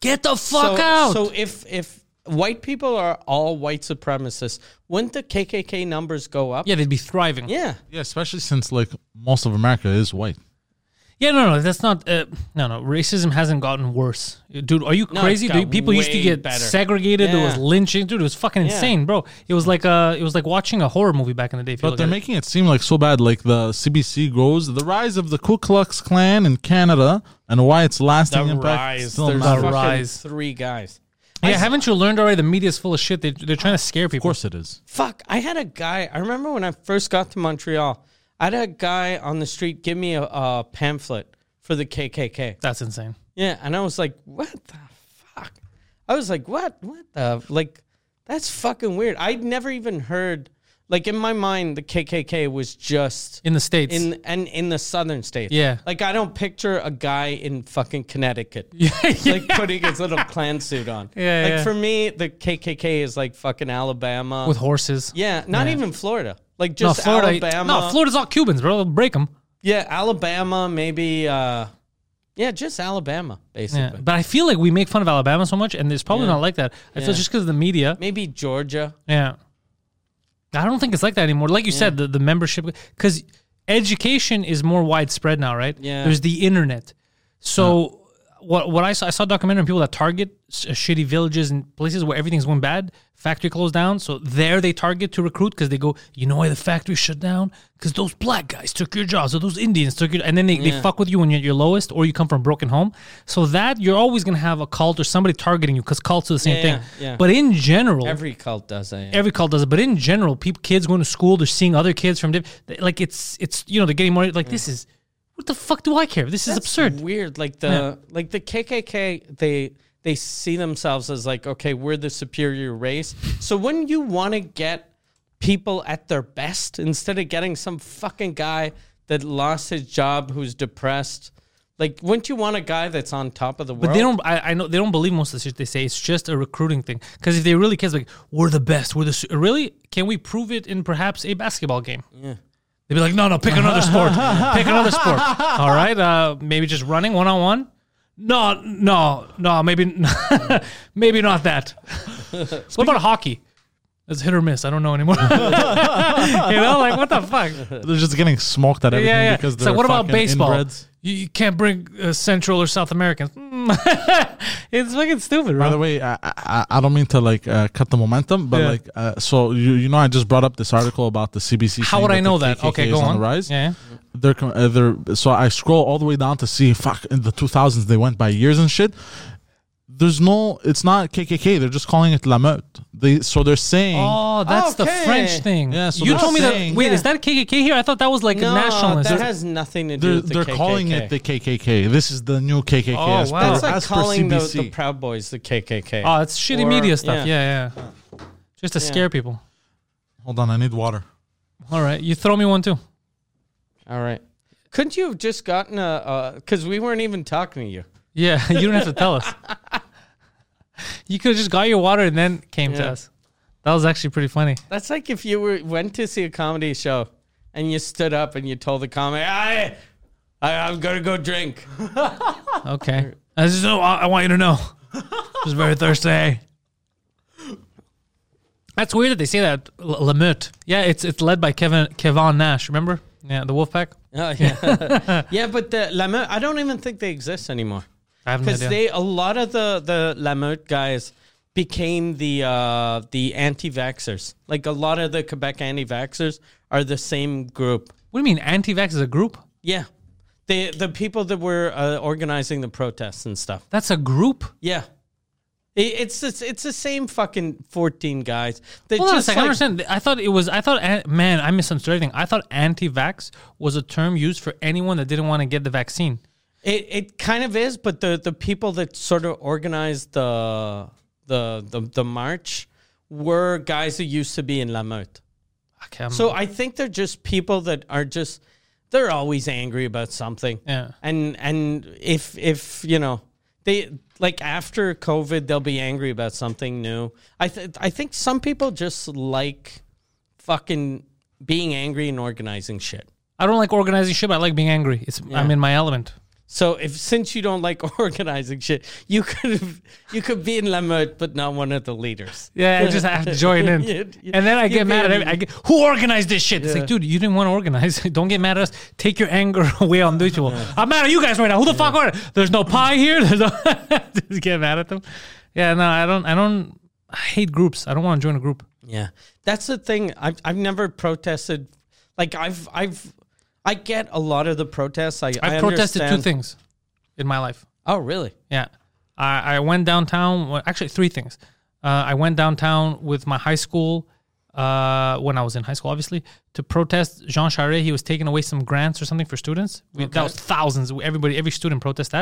Get the fuck so, out. So if if white people are all white supremacists, wouldn't the KKK numbers go up? yeah, they'd be thriving. Yeah. Yeah, especially since like most of America is white. Yeah, no, no, that's not. Uh, no, no, racism hasn't gotten worse, dude. Are you No, crazy? it's got Dude, people used to way get better. segregated. There was Yeah. lynching, dude. It was fucking Yeah. insane, bro. It was like uh, it was like watching a horror movie back in the day. If you But look they're at it. making it seem like so bad. Like the CBC goes, the rise of the Ku Klux Klan in Canada and why its lasting impact still There's The matters. fucking rise. three guys. yeah, haven't you learned already? The media's full of shit. They, they're trying to scare Of people. course it is. Fuck, I had a guy. I remember when I first got to Montreal, I had a guy on the street give me a, a pamphlet for the KKK. That's insane. Yeah, and I was like, what the fuck? I was like, what? What the? Like, that's fucking weird. I'd never even heard, like, in my mind, the KKK was just. In the states, In and in the southern states, Yeah. Like I don't picture a guy in fucking Connecticut, yeah, like putting his little Klan suit on. Yeah, like yeah. for me, the KKK is like fucking Alabama with horses. yeah, not even Florida. Like no, just Florida. Alabama. No, Florida's all Cubans, bro. They'll break them. Yeah, Alabama, maybe uh yeah, just Alabama, Yeah. basically. But I feel like we make fun of Alabama so much, and it's probably Yeah. not like that. I Yeah. feel just because of the media. Maybe Georgia. Yeah. I don't think it's like that anymore. Like you said, the, the membership, because education is more widespread now, right? Yeah. There's the internet. So what what I saw, I saw a documentary on people that target s- uh, shitty villages and places where everything's going bad, factory closed down. So there they target to recruit because they go, you know why the factory shut down? Because those black guys took your jobs or those Indians took your, and then they, they fuck with you when you're at your lowest or you come from a broken home. So that you're always going to have a cult or somebody targeting you because cults are the same Yeah, thing. yeah, yeah. But in general, Every cult does that. Yeah. every cult does it, but in general, people, kids going to school, they're seeing other kids from diff- they- like it's it's you know they're getting more like this is what the fuck do I care? This is absurd. Weird. Like the like the KKK, they they see themselves as like, okay, we're the superior race. So wouldn't you want to get people at their best instead of getting some fucking guy that lost his job who's depressed? Like, wouldn't you want a guy that's on top of the world? But they don't. I, I know they don't believe most of the shit they say. It's just a recruiting thing. Because if they really kids like we're the best, we're the su- really can we prove it in perhaps a basketball game? Yeah. They'd be like, no, no, pick another sport. pick another sport. All right, uh, maybe just running one on one. No, no, no, maybe, maybe not that. what about hockey? It's hit or miss. I don't know anymore. you know, like what the fuck? They're just getting smoked at everything yeah, yeah. because It's they're like, what about fucking baseball? inbreds. You, you can't bring uh, Central or South Americans. Mm. it's fucking stupid, By the bro. way, I, I I don't mean to like uh, cut the momentum, but Yeah. like uh, so you you know I just brought up this article about the CBC. How saying would I the know that? KKK Okay, is go on. the rise. Yeah. they're, com- uh, they're so I scroll all the way down to see fuck in the 2000s they went by years and shit. There's no, it's not KKK. They're just calling it La Meute. They so they're saying Oh, that's Okay. the French thing. Yeah, so you they're told me saying- that. Wait, Yeah. is that KKK here? I thought that was like no, nationalist. that has nothing to do they're, with the they're KKK. calling it the KKK. This is the new KKK. Oh, as wow. per- That's like as per calling the, CBC. the Proud Boys the KKK. Uh, oh, it's shitty Or- media stuff. yeah. Yeah, yeah. Just to scare people. Hold on, I need water. All right, you throw me one too. All right. Couldn't you have just gotten a? Because we weren't even talking to you. Yeah, you don't have to tell us. You could have just got your water and then came to Yeah. us. That was actually pretty funny. That's like if you were went to see a comedy show and you stood up and you told the comic, I, I I'm gonna go drink. Okay. I just know. I I want you to know. Just very thirsty. eh? That's weird that they say that L- Lamut. Yeah, it's it's led by Kevin Kevin Nash. Remember? Yeah, the Wolfpack. Oh, yeah, yeah, but the Lamont, I don't even think they exist anymore I have no because idea. they a lot of the the Lamont guys became the uh, the anti-vaxxers. Like a lot of the Quebec anti-vaxxers are the same group. what do you mean anti-vax is a group? Yeah, the the people that were uh, organizing the protests and stuff. That's a group. Yeah. It- It's the, it's the same fucking 14 guys. They Hold on a just second. I like- understand. I thought it was. I thought. an- Man, I misunderstood everything. I thought anti-vax was a term used for anyone that didn't want to get the vaccine. It, it kind of is, but the, the people that sort of organized the, the the the march were guys who used to be in La Motte. Okay. I'm- So I think they're just people that are just they're always angry about something. Yeah. And and if if you know they like after COVID they'll be angry about something new. I th- I think some people just like fucking being angry and organizing shit. I don't like organizing shit. But I like being angry. It's. I'm in my element. So if since you don't like organizing shit, you could have, you could be in La Meute, but not one of the leaders. Yeah, I just have to join in, You- you- and then I you get mad at get- every, I get, who organized this shit. It's like, dude, you didn't want to organize. Don't get mad at us. Take your anger away on these people. I'm mad at you guys right now. Who the fuck are? There's no pie here. There's no just get mad at them. Yeah, no, I don't. I don't. I hate groups. I don't want to join a group. Yeah, that's the thing. I've I've never protested. Like I've I've I get a lot of the protests. I I've I protested understand. two things in my life. Oh really? Yeah. I, I went downtown. Well, actually, three things. Uh, I went downtown with my high school uh, when I was in high school, obviously, to protest Jean Charest. He was taking away some grants or something for students. We, That was thousands. Everybody, every student protested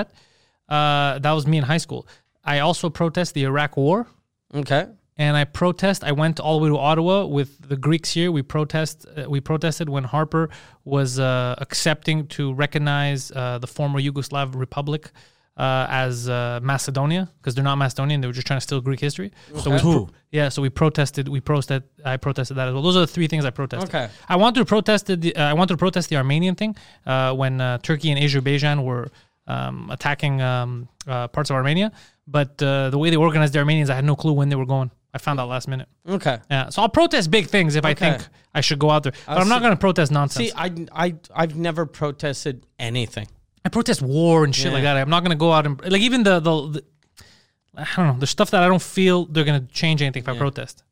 that. Uh, that was me in high school. I also protest the Iraq War Okay. and I protest. I went all the way to Ottawa with the Greeks here. We protest. Uh, we protested when Harper was uh, accepting to recognize uh, the former Yugoslav republic uh, as uh, Macedonia because they're not Macedonian. They were just trying to steal Greek history. So we, pro- yeah. So we protested. We protested. I protested that as well. Those are the three things I protested. Okay. I want to protest the. Uh, I want to protest the Armenian thing uh, when uh, Turkey and Azerbaijan were um, attacking um, uh, parts of Armenia. But uh, the way they organized the Armenians, I had no clue when they were going. I found out last minute. Okay. Yeah, so I'll protest big things if I Okay. think I should go out there. But i am not see. going to protest nonsense. See, I I I've never protested anything. I protest war and shit Yeah. like that. I'm not going to go out and like even the, the the I don't know. There's stuff that I don't feel they're going to change anything if I protest.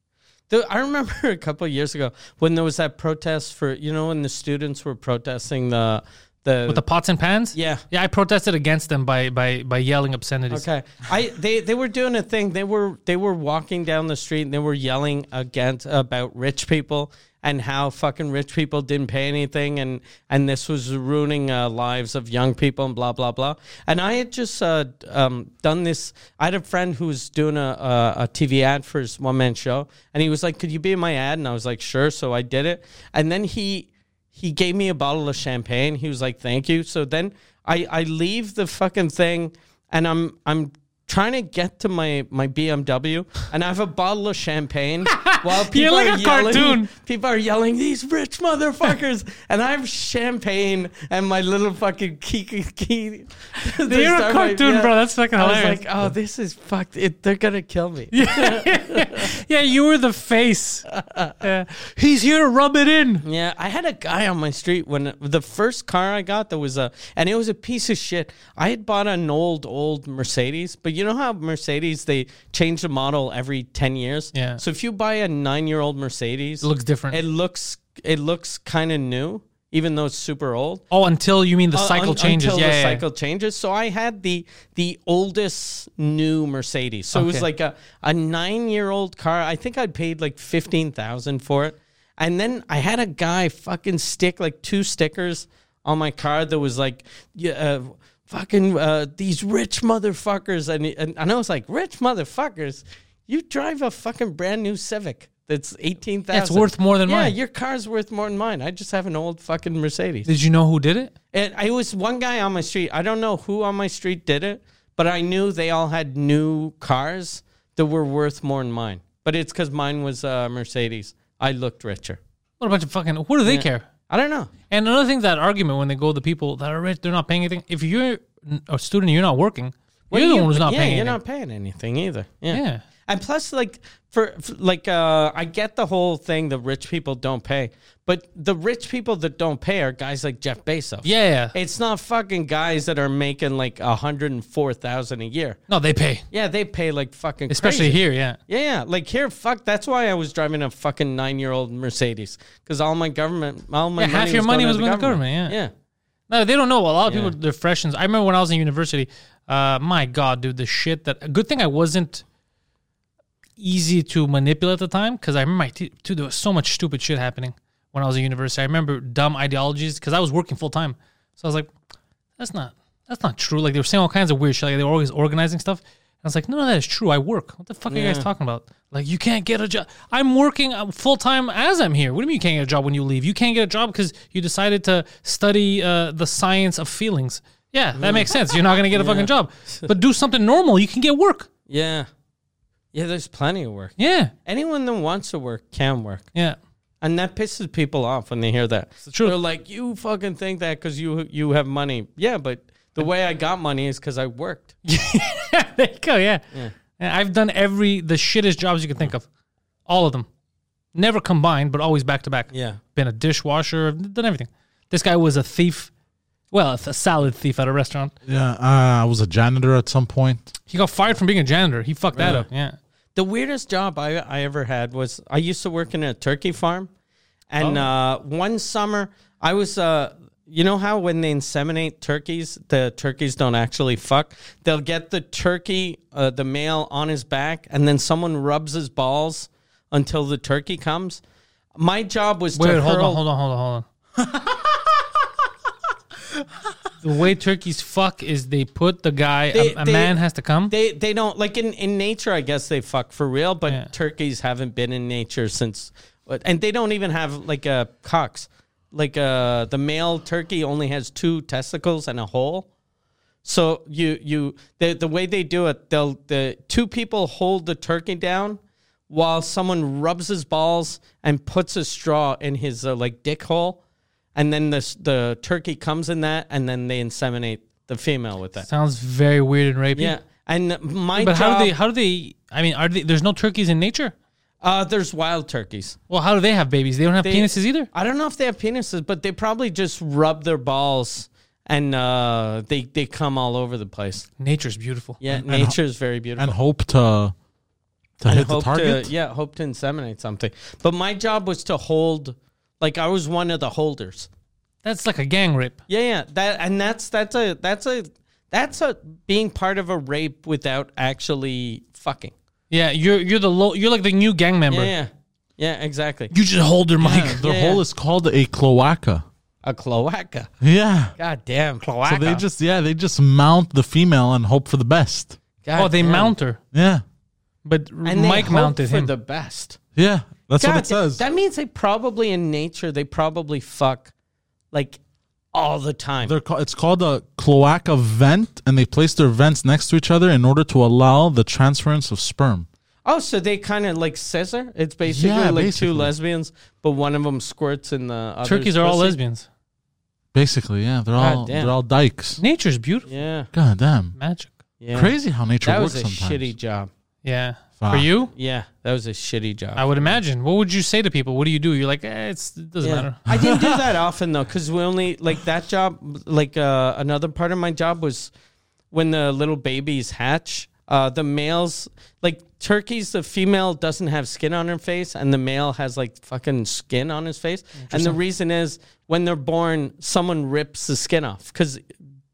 Though I remember a couple of years ago when there was that protest for you know when the students were protesting the the With the pots and pans. Yeah. yeah. I protested against them by by by yelling obscenities. Okay. I they, they were doing a thing. They were they were walking down the street and they were yelling against about rich people and how fucking rich people didn't pay anything and and this was ruining uh, lives of young people and blah blah blah. And I had just uh, d- um, done this. I had a friend who was doing a, a, a TV ad for his one man show, and he was like, "Could you be in my ad?" And I was like, "Sure." So I did it, and then he he gave me a bottle of champagne. He was like, "Thank you." So then I I leave the fucking thing, and I'm I'm trying to get to my my BMW, and I have a bottle of champagne while people You're like are a yelling. cartoon. People are yelling, "These rich motherfuckers!" and I have champagne and my little fucking key. key, key You're a cartoon, bro. That's fucking I hilarious. was like, "Oh, this is fucked. It, they're gonna kill me." Yeah, you were the face. Yeah. He's here to rub it in. Yeah, I had a guy on my street when the first car I got there was a, and it was a piece of shit. I had bought an old old Mercedes, but you know how Mercedes they change the model every ten years. Yeah. So if you buy a nine year old Mercedes, It looks different. it looks it looks kind of new, even though it's super old. oh, until you mean the Uh, cycle un- changes. Until yeah, the yeah, yeah. cycle changes. So I had the the oldest new Mercedes. So it was Okay. like a, a nine year old car. I think I paid like fifteen thousand for it. And then I had a guy fucking stick like two stickers on my car that was like, yeah, uh, fucking uh, these rich motherfuckers. And, and and I was like, rich motherfuckers, you drive a fucking brand new Civic. that's eighteen thousand. Yeah, it's worth more than yeah, mine. your car's worth more than mine. I just have an old fucking Mercedes. Did you know who did it? And I was one guy on my street. I don't know who on my street did it, but I knew they all had new cars that were worth more than mine. But it's because mine was a Mercedes. I looked richer. What a bunch of fucking. What do they care? I don't know. And another thing, that argument when they go, the people that are rich, they're not paying anything. If you're a student, you're not working. Well, you're the you- one who's not yeah, paying. You're anything. not paying anything either. Yeah. Yeah. And plus, like for f- like, uh, I get the whole thing that rich people don't pay, but the rich people that don't pay are guys like Jeff Bezos. Yeah, yeah. It's not fucking guys that are making like a hundred and four thousand a year. No, they pay, Yeah, they pay like fucking. especially crazy. here. Yeah. Yeah, yeah. Like here, fuck. That's why I was driving a fucking nine-year-old Mercedes because all my government, all my Yeah, money half your was money going was to going the to government, Yeah. No, they don't know. A lot of Yeah. people, they're freshens. I remember when I was in university, uh, my God, dude, the shit that. Good thing I wasn't easy to manipulate at the time because I remember, my te- dude, there was so much stupid shit happening when I was in university. I remember dumb ideologies because I was working full time. So I was like, that's not that's not true. Like they were saying all kinds of weird shit. Like they were always organizing stuff. And I was like, no, no, that is true. I work. What the fuck are you guys talking about? Like you can't get a job. I'm working full time as I'm here. What do you mean you can't get a job when you leave? You can't get a job because you decided to study uh, the science of feelings. Yeah, that makes sense. You're not gonna get a fucking job, but do something normal. You can get work. Yeah. Yeah. There's plenty of work. Yeah, Anyone that wants to work can work. yeah. And that pisses people off when they hear that. It's truth. They're like, "You fucking think that because you you have money." Yeah, but the way I got money is because I worked. there you go. Yeah. And I've done every the shittest jobs you can think of, all of them, never combined, but always back to back. Yeah. been a dishwasher, done everything. This guy was a thief. Well, a salad thief at a restaurant. Yeah, uh, I was a janitor at some point. He got fired from being a janitor. He fucked that up. Yeah. The weirdest job I, I ever had was I used to work in a turkey farm, Oh. and uh, one summer I was uh, you know how when they inseminate turkeys, the turkeys don't actually fuck. They'll get the turkey, uh, the male on his back, and then someone rubs his balls until the turkey comes. My job was Wait, to hold hurl- on, hold on, hold on, hold on. the way turkeys fuck is they put the guy, They- a, a they- man has to come. They they don't like in, in nature. I guess they fuck for real, but Yeah. turkeys haven't been in nature since, and they don't even have like uh, cocks. Like uh, the male turkey only has two testicles and a hole. So you you the the way they do it, they'll the two people hold the turkey down while someone rubs his balls and puts a straw in his uh, like dick hole, and then the the turkey comes in that, and then they inseminate the female with that. Sounds very weird and rapey. Yeah, and my But how job, do they, how do they, I mean, are they, there's no turkeys in nature? uh, there's wild turkeys. Well, how do they have babies? They don't have They- penises either. I don't know if they have penises, but they probably just rub their balls and uh, they they come all over the place. Nature's beautiful. Yeah, nature is very beautiful. and hope to to And hit the target. To, yeah, hope to inseminate something. But my job was to hold. Like I was one of the holders. That's like a gang rape. Yeah, yeah. That and that's that's a that's a that's a being part of a rape without actually fucking. Yeah, you're you're the low, you're like the new gang member. Yeah, yeah, yeah. Exactly. You just hold her mic. Their Yeah, hole yeah. is called a cloaca. A cloaca. Yeah. God damn cloaca. So they just yeah they just mount the female and hope for the best. God oh, they damn. mount her, Yeah. but and they Mike hope mounted for him. the best. Yeah. That's what God, it says. That means they probably in nature they probably fuck like all the time. They're called, it's called a cloaca vent, and they place their vents next to each other in order to allow the transference of sperm. oh, so they kind of like scissor. It's basically Yeah, like basically. two lesbians, but one of them squirts in the other. Turkeys are all lesbians. Basically, yeah, they're God all damn. they're all dykes. Nature's beautiful. Yeah, God damn, Magic. yeah. crazy how nature That works was a sometimes. shitty job. Yeah. For Fuck. you, Yeah, that was a shitty job. I would imagine. What would you say to people? What do you do? You're like, eh, it's, it doesn't Yeah. matter. I didn't do that often though, because we only like that job. Like uh, another part of my job was when the little babies hatch. Uh, the males, like turkeys, the female doesn't have skin on her face, and the male has like fucking skin on his face. And the reason is when they're born, someone rips the skin off because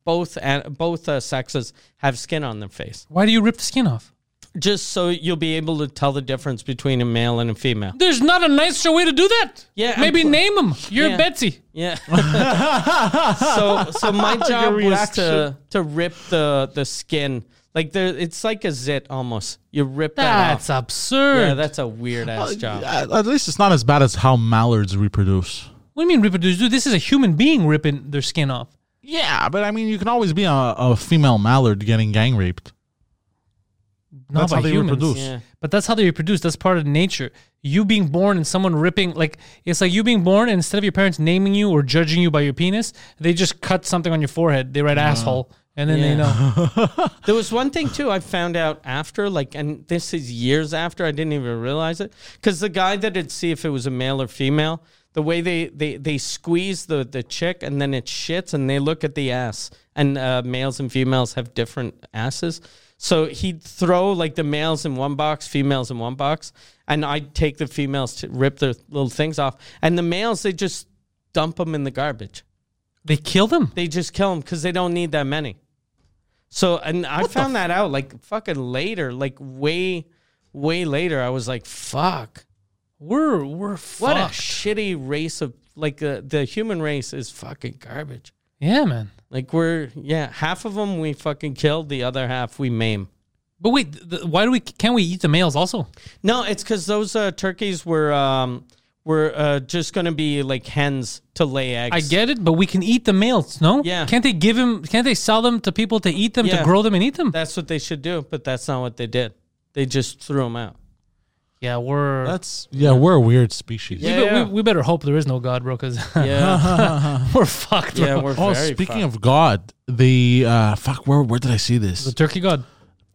both an- both uh, sexes have skin on their face, Why do you rip the skin off? just so you'll be able to tell the difference between a male and a female. There's not a nicer way to do that. Yeah, Maybe I'm- name him. You're Yeah. Betsy. Yeah. so so my job was reaction. to to rip the the skin Like there, it's like a zit almost. You rip That's that off. absurd. Yeah, that's a weird ass job. At, at least it's not as bad as how mallards reproduce. what do you mean reproduce? Dude, this is a human being ripping their skin off. Yeah, but I mean, you can always be a, a female mallard getting gang raped. Not That's by how they humans. reproduce. Yeah. But that's how they reproduce. That's part of nature. You being born and someone ripping, like, it's like you being born and instead of your parents naming you or judging you by your penis, they just cut something on your forehead. They write asshole. And then they Yeah. know. There was one thing too I found out after, like, and this is years after I didn't even realize it, because the guy that would see if it was a male or female, the way they they they squeeze the the chick and then it shits, and they look at the ass, and uh, males and females have different asses. So he'd throw like the males in one box, females in one box, and I'd take the females to rip their little things off, and the males they just dump them in the garbage They kill them. they just kill them because they don't need that many. So, and I found that out like fucking later, like way, way later. I was like, fuck, We're we're fucked. what a shitty race of like uh, the human race is fucking garbage. yeah, man. Like we're yeah, half of them we fucking killed, the other half we maim. But wait, th- th- why do we? Can't we eat the males also? No, it's because those uh, turkeys were um were uh, just gonna be like hens to lay eggs. I get it, but we can eat the males. No. Yeah. Can't they give him? Can't they sell them to people to eat them to Yeah. grow them and eat them? that's what they should do, but that's not what they did. They just threw them out. yeah, we're. That's yeah, we're a weird species. we, Yeah, be- yeah. We, we better hope there is no God, bro, because Yeah, we're fucked. Bro. yeah, we're Oh, very speaking fucked. of God, the uh, fuck, where where did I see The this? turkey God.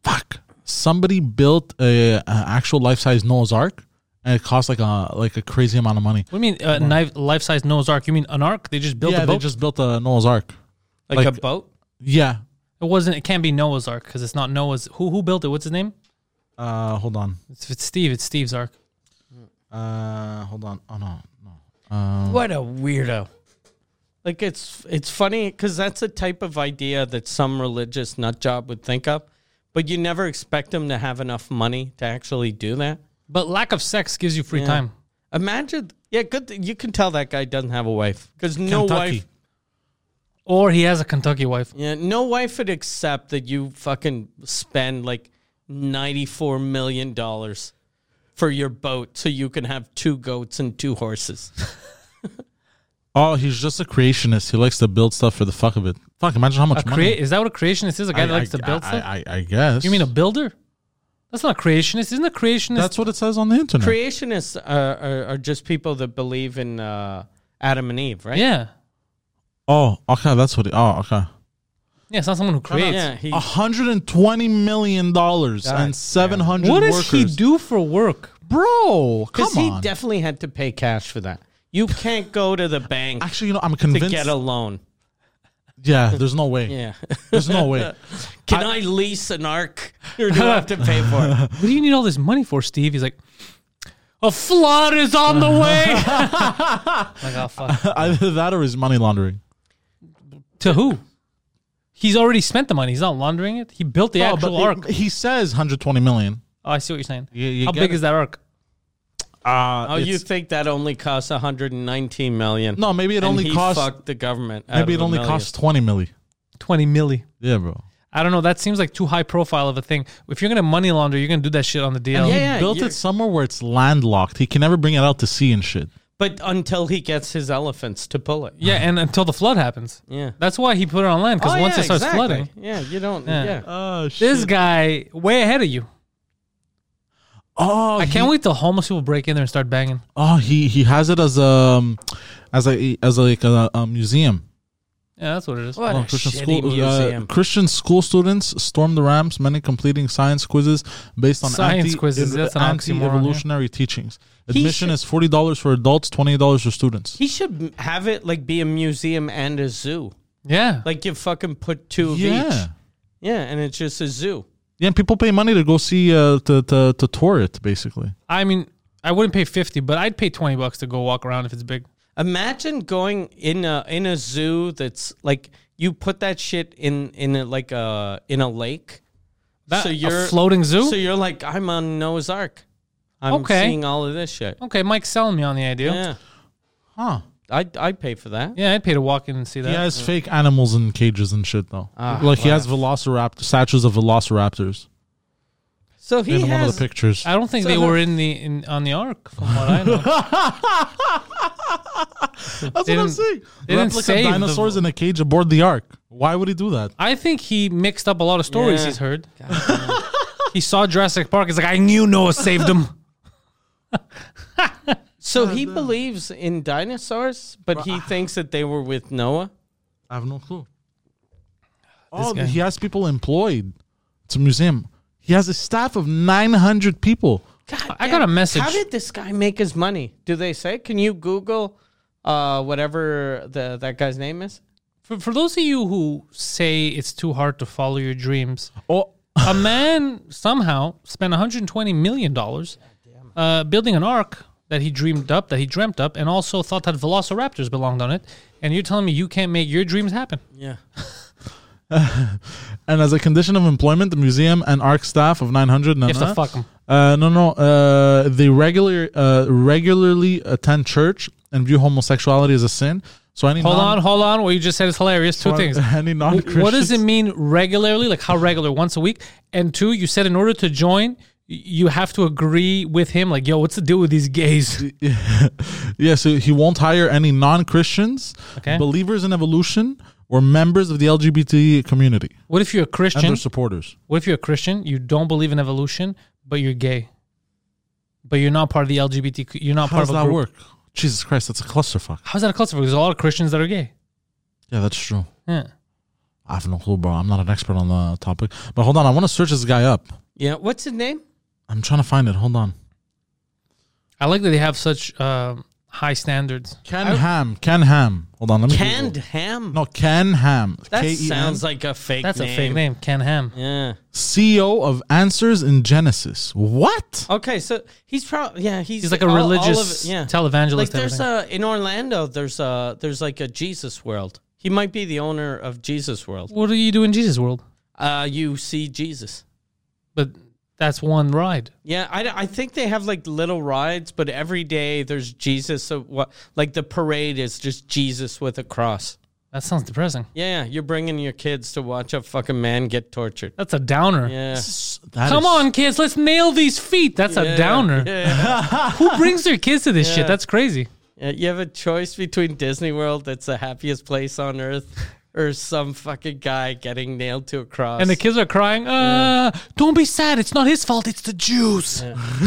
Fuck, somebody built a, a actual life size Noah's Ark, and it cost like a like a crazy amount of money. What do you mean, uh, knife, life-size Noah's Ark? You mean an ark? They just built yeah, a they boat. just built a Noah's Ark. like, like- a boat. Yeah, it wasn't. It can't be Noah's Ark because it's not Noah's. Who who built it? What's his name? uh, hold on, It's, it's Steve. It's Steve's Ark. uh, hold on. Oh no, no. Mm. What a weirdo. Like it's it's funny because that's a type of idea that some religious nut job would think up, but you never expect them to have enough money to actually do that. But lack of sex gives you free Yeah. time. Imagine, yeah, good. Th- you can tell that guy doesn't have a wife because no Kentucky. wife, Or he has a Kentucky wife. yeah, no wife would accept that you fucking spend like ninety four million dollars for your boat so you can have two goats and two horses. Oh, he's just a creationist. He likes to build stuff for the fuck of it. Fuck, imagine how much A money. create is that what a creationist is? A guy I- that likes I- to build I, stuff. I, I guess. you mean a builder? That's not a creationist. Isn't a creationist? That's what it says on the internet. Creationists are, are, are just people that believe in uh, Adam and Eve, right? yeah, oh, okay, that's what. It, oh, okay. yeah. It's not someone who creates. Yeah, he, hundred and twenty million dollars damn. and seven hundred. What does workers. he do for work? bro? Come because he on. definitely had to pay cash for that. You can't go to the bank Actually, you know, I'm to convinced. get a loan. yeah, there's no way. Yeah. There's no way. Can I, lease an arc or do I have to pay for it? What do you need all this money for, Steve? He's like, a flood is on the way. like, oh fuck. Either that or his money laundering. to who? He's already spent the money. He's not laundering it. He built the Oh, actual but ark. it- he says 120 million. oh, I see what you're saying. You- you How get big it. is that ark? Uh, Oh, you think that only costs 119 million? no, maybe it and only he costs. fucked the government. out Maybe of it a only million. costs 20 milli. Twenty milli. Yeah, bro. I don't know. That seems like too high profile of a thing. If you're gonna money launder, you're gonna do that shit on the DL. Yeah, he yeah, built you're- it somewhere where it's landlocked. He can never bring it out to sea and shit. But until he gets his elephants to pull it. Yeah, and until the flood happens. Yeah. That's why he put it on land because Oh, once yeah, it starts exactly. flooding, Yeah, you don't. Yeah. yeah. Oh shit. this guy way ahead of you. oh, I can't he, wait till homeless people break in there and start banging. Oh, he he has it as a um, as a as like a, a museum. Yeah, that's what it is. What Oh, a Christian shitty school, uh, museum. Christian school students stormed the ramps, many completing science quizzes based on Science anti, quizzes, that's an oxymoron, yeah. anti-evolutionary teachings. Admission should- is forty dollars for adults, twenty dollars for students. He should m- have it like be a museum and a zoo. Yeah. Like you fucking put two of Yeah, each. Yeah, and it's just a zoo. yeah. And people pay money to go see uh, to to to tour it. Basically, I mean, I wouldn't pay 50, but I'd pay 20 bucks to go walk around if it's big. Imagine going in a in a zoo that's like you put that shit in in a, like a in a lake. That, a floating zoo? So you're like I'm on Noah's Ark. I'm Okay. seeing all of this shit. okay, Mike's selling me on the idea. Yeah. huh? I I pay for that. Yeah, I'd pay to walk in and see that. He has fake animals in cages and shit though. Ah, like he wow. has velociraptor statues of velociraptors So he in one of has the pictures. I don't think So they the- were in the in on the ark from what I know. That's what I'm didn't- saying. they didn't Replica save the- dinosaurs in a cage aboard the ark. Why would he do that? I think he mixed up a lot of stories Yeah. he's heard. he saw Jurassic Park. He's like, I knew Noah saved him. so he believes in dinosaurs, but he thinks that they were with Noah. I have no clue. Oh, guy. he has people employed. It's a museum. He has a staff of 900 people. God, I got a damn. message. How did this guy make his money? Do they say? Can you Google uh, whatever the that guy's name is? For, for those of you who say it's too hard to follow your dreams, Oh, a man somehow spent 120 million dollars uh, building an ark that he dreamed up, that he dreamt up, and also thought that Velociraptors belonged on it. And you're telling me you can't make your dreams happen? Yeah. and as a condition of employment, the museum and ark staff of 900. No, You have no. to fuck him. Uh, no, no. Uh, they regular, uh, regularly attend church and view homosexuality as a sin. So any Hold non- on, hold on. What you just said is hilarious. Two things. Any non W- What does it mean regularly? Like how regular? Once a week? And two, you said in order to join, y- you have to agree with him. Like, yo, what's the deal with these gays? Yeah, so he won't hire any non Christians, Okay. believers in evolution, or members of the LGBT community What if you're a and Christian? their supporters. What if you're a Christian? You don't believe in evolution, but you're gay. But you're not part of the LGBT. You're not How part does of a that group. work? Jesus Christ, that's a clusterfuck. How's that a clusterfuck? There's a lot of Christians that are gay. Yeah, that's true. Yeah. I have no clue, bro. I'm not an expert on the topic. But hold on, I want to search this guy up. Yeah. What's his name? I'm trying to find it. Hold on. I like that they have such um, high standards. Ken Ham. Ken Ham. Hold on, let me. Canned Google. Ham. No, Ken Ham. E that K-E-N. sounds like a fake. E That's name. a fake name, Ken Ham. Yeah. CEO E of Answers in Genesis. What? Okay, so he's probably yeah he's He's like a all- all of religious it, yeah. televangelist. Like and there's everything. a in Orlando there's a there's like a Jesus World. He might be the owner of Jesus World. what do you do in Jesus world? Uh, you see Jesus. But that's one ride. Yeah, I, I think they have like little rides, but every day there's Jesus. So what? Like the parade is just Jesus with a cross. That sounds depressing. Yeah, you're bringing your kids to watch a fucking man get tortured. That's a downer. Yeah. That Come is- on, kids, let's nail these feet. That's Yeah, a downer. Yeah, Who brings their kids to this Yeah. shit? That's crazy. yeah. Uh, You have a choice between Disney World, that's the happiest place on earth, or some fucking guy getting nailed to a cross. And the kids are crying. Uh, Don't be sad. It's not his fault. It's the Jews.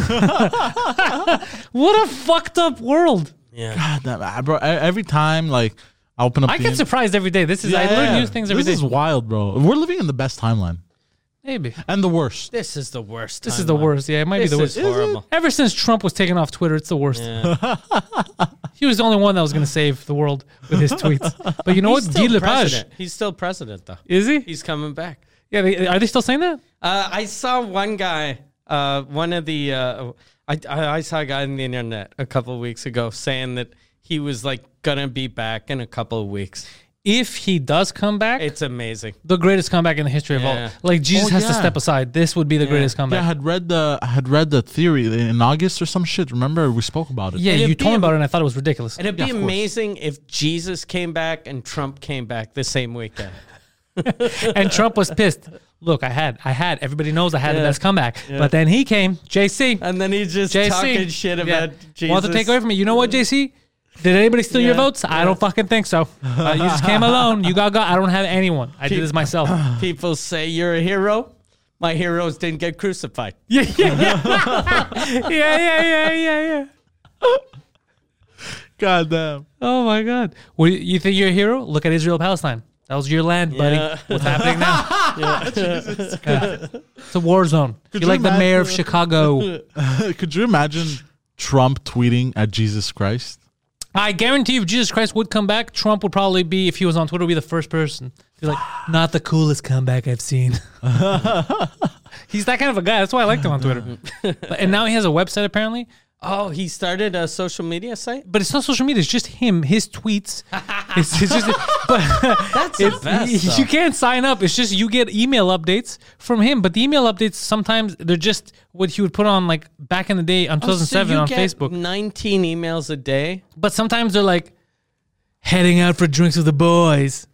what a fucked up world. yeah. God, that, ah, bro. e- Every time, like, I open up. I the get in- surprised every day. This is I learn new things every this day. is wild, bro. We're living in the best timeline Maybe and the worst. This is the worst. this is the worst. Yeah, it might be the worst. This is horrible. Ever since Trump was taken off Twitter, it's the worst. he was the only one that was going to save the world with his tweets. But you know He's what? still Guy Lepage. president. He's still president, though. Is he? He's coming back. Yeah, they, are they still saying that? Uh, I saw one guy, uh, one of the, uh, I, I, I saw a guy on the internet a couple of weeks ago saying that he was like gonna be back in a couple of weeks. If he does come back, It's amazing. the greatest comeback in the history of Yeah. all. Like Jesus Oh, has to yeah. step aside. This would be the greatest Yeah, I comeback. had read the I had read the theory in August or some shit. Remember we spoke about it. Yeah, It'd you be told me a- about it, and I thought it was ridiculous. And it'd Yeah, be of course. amazing if Jesus came back and Trump came back the same weekend. and Trump was pissed. Look, I had, I had. Everybody knows I had Yeah. the best comeback. But then he came, JC. And then he's just JC talking shit Yeah. about Jesus. Want to take away from me? You know what, JC? Did anybody steal your Yeah. votes? I don't fucking think so. Uh, you just came alone. You got got. I don't have anyone. I did this myself. People say you're a hero. My heroes didn't get crucified. yeah, yeah, yeah, yeah, yeah, yeah, yeah, yeah. God damn. Oh my God! What, you think you're a hero? Look at Israel Palestine. That was your land, buddy. Yeah. What's happening now? Yeah. It's a war zone. you're you like the mayor of imagine- Chicago. Could you imagine Trump tweeting at Jesus Christ? I guarantee if Jesus Christ would come back, Trump would probably be, if he was on Twitter, would be the first person. He's like, not the coolest comeback I've seen. He's that kind of a guy. That's why I liked him on Twitter. But- and now he has a website apparently. Oh, he started a social media site. But it's not social media. It's just him, his tweets. It's, it's just, but That's the best. though. you can't sign up. It's just you get email updates from him, but the email updates sometimes they're just what he would put on like back in the day on Oh, So 2007 you on get Facebook. 19 emails a day. But sometimes they're like, heading out for drinks with the boys.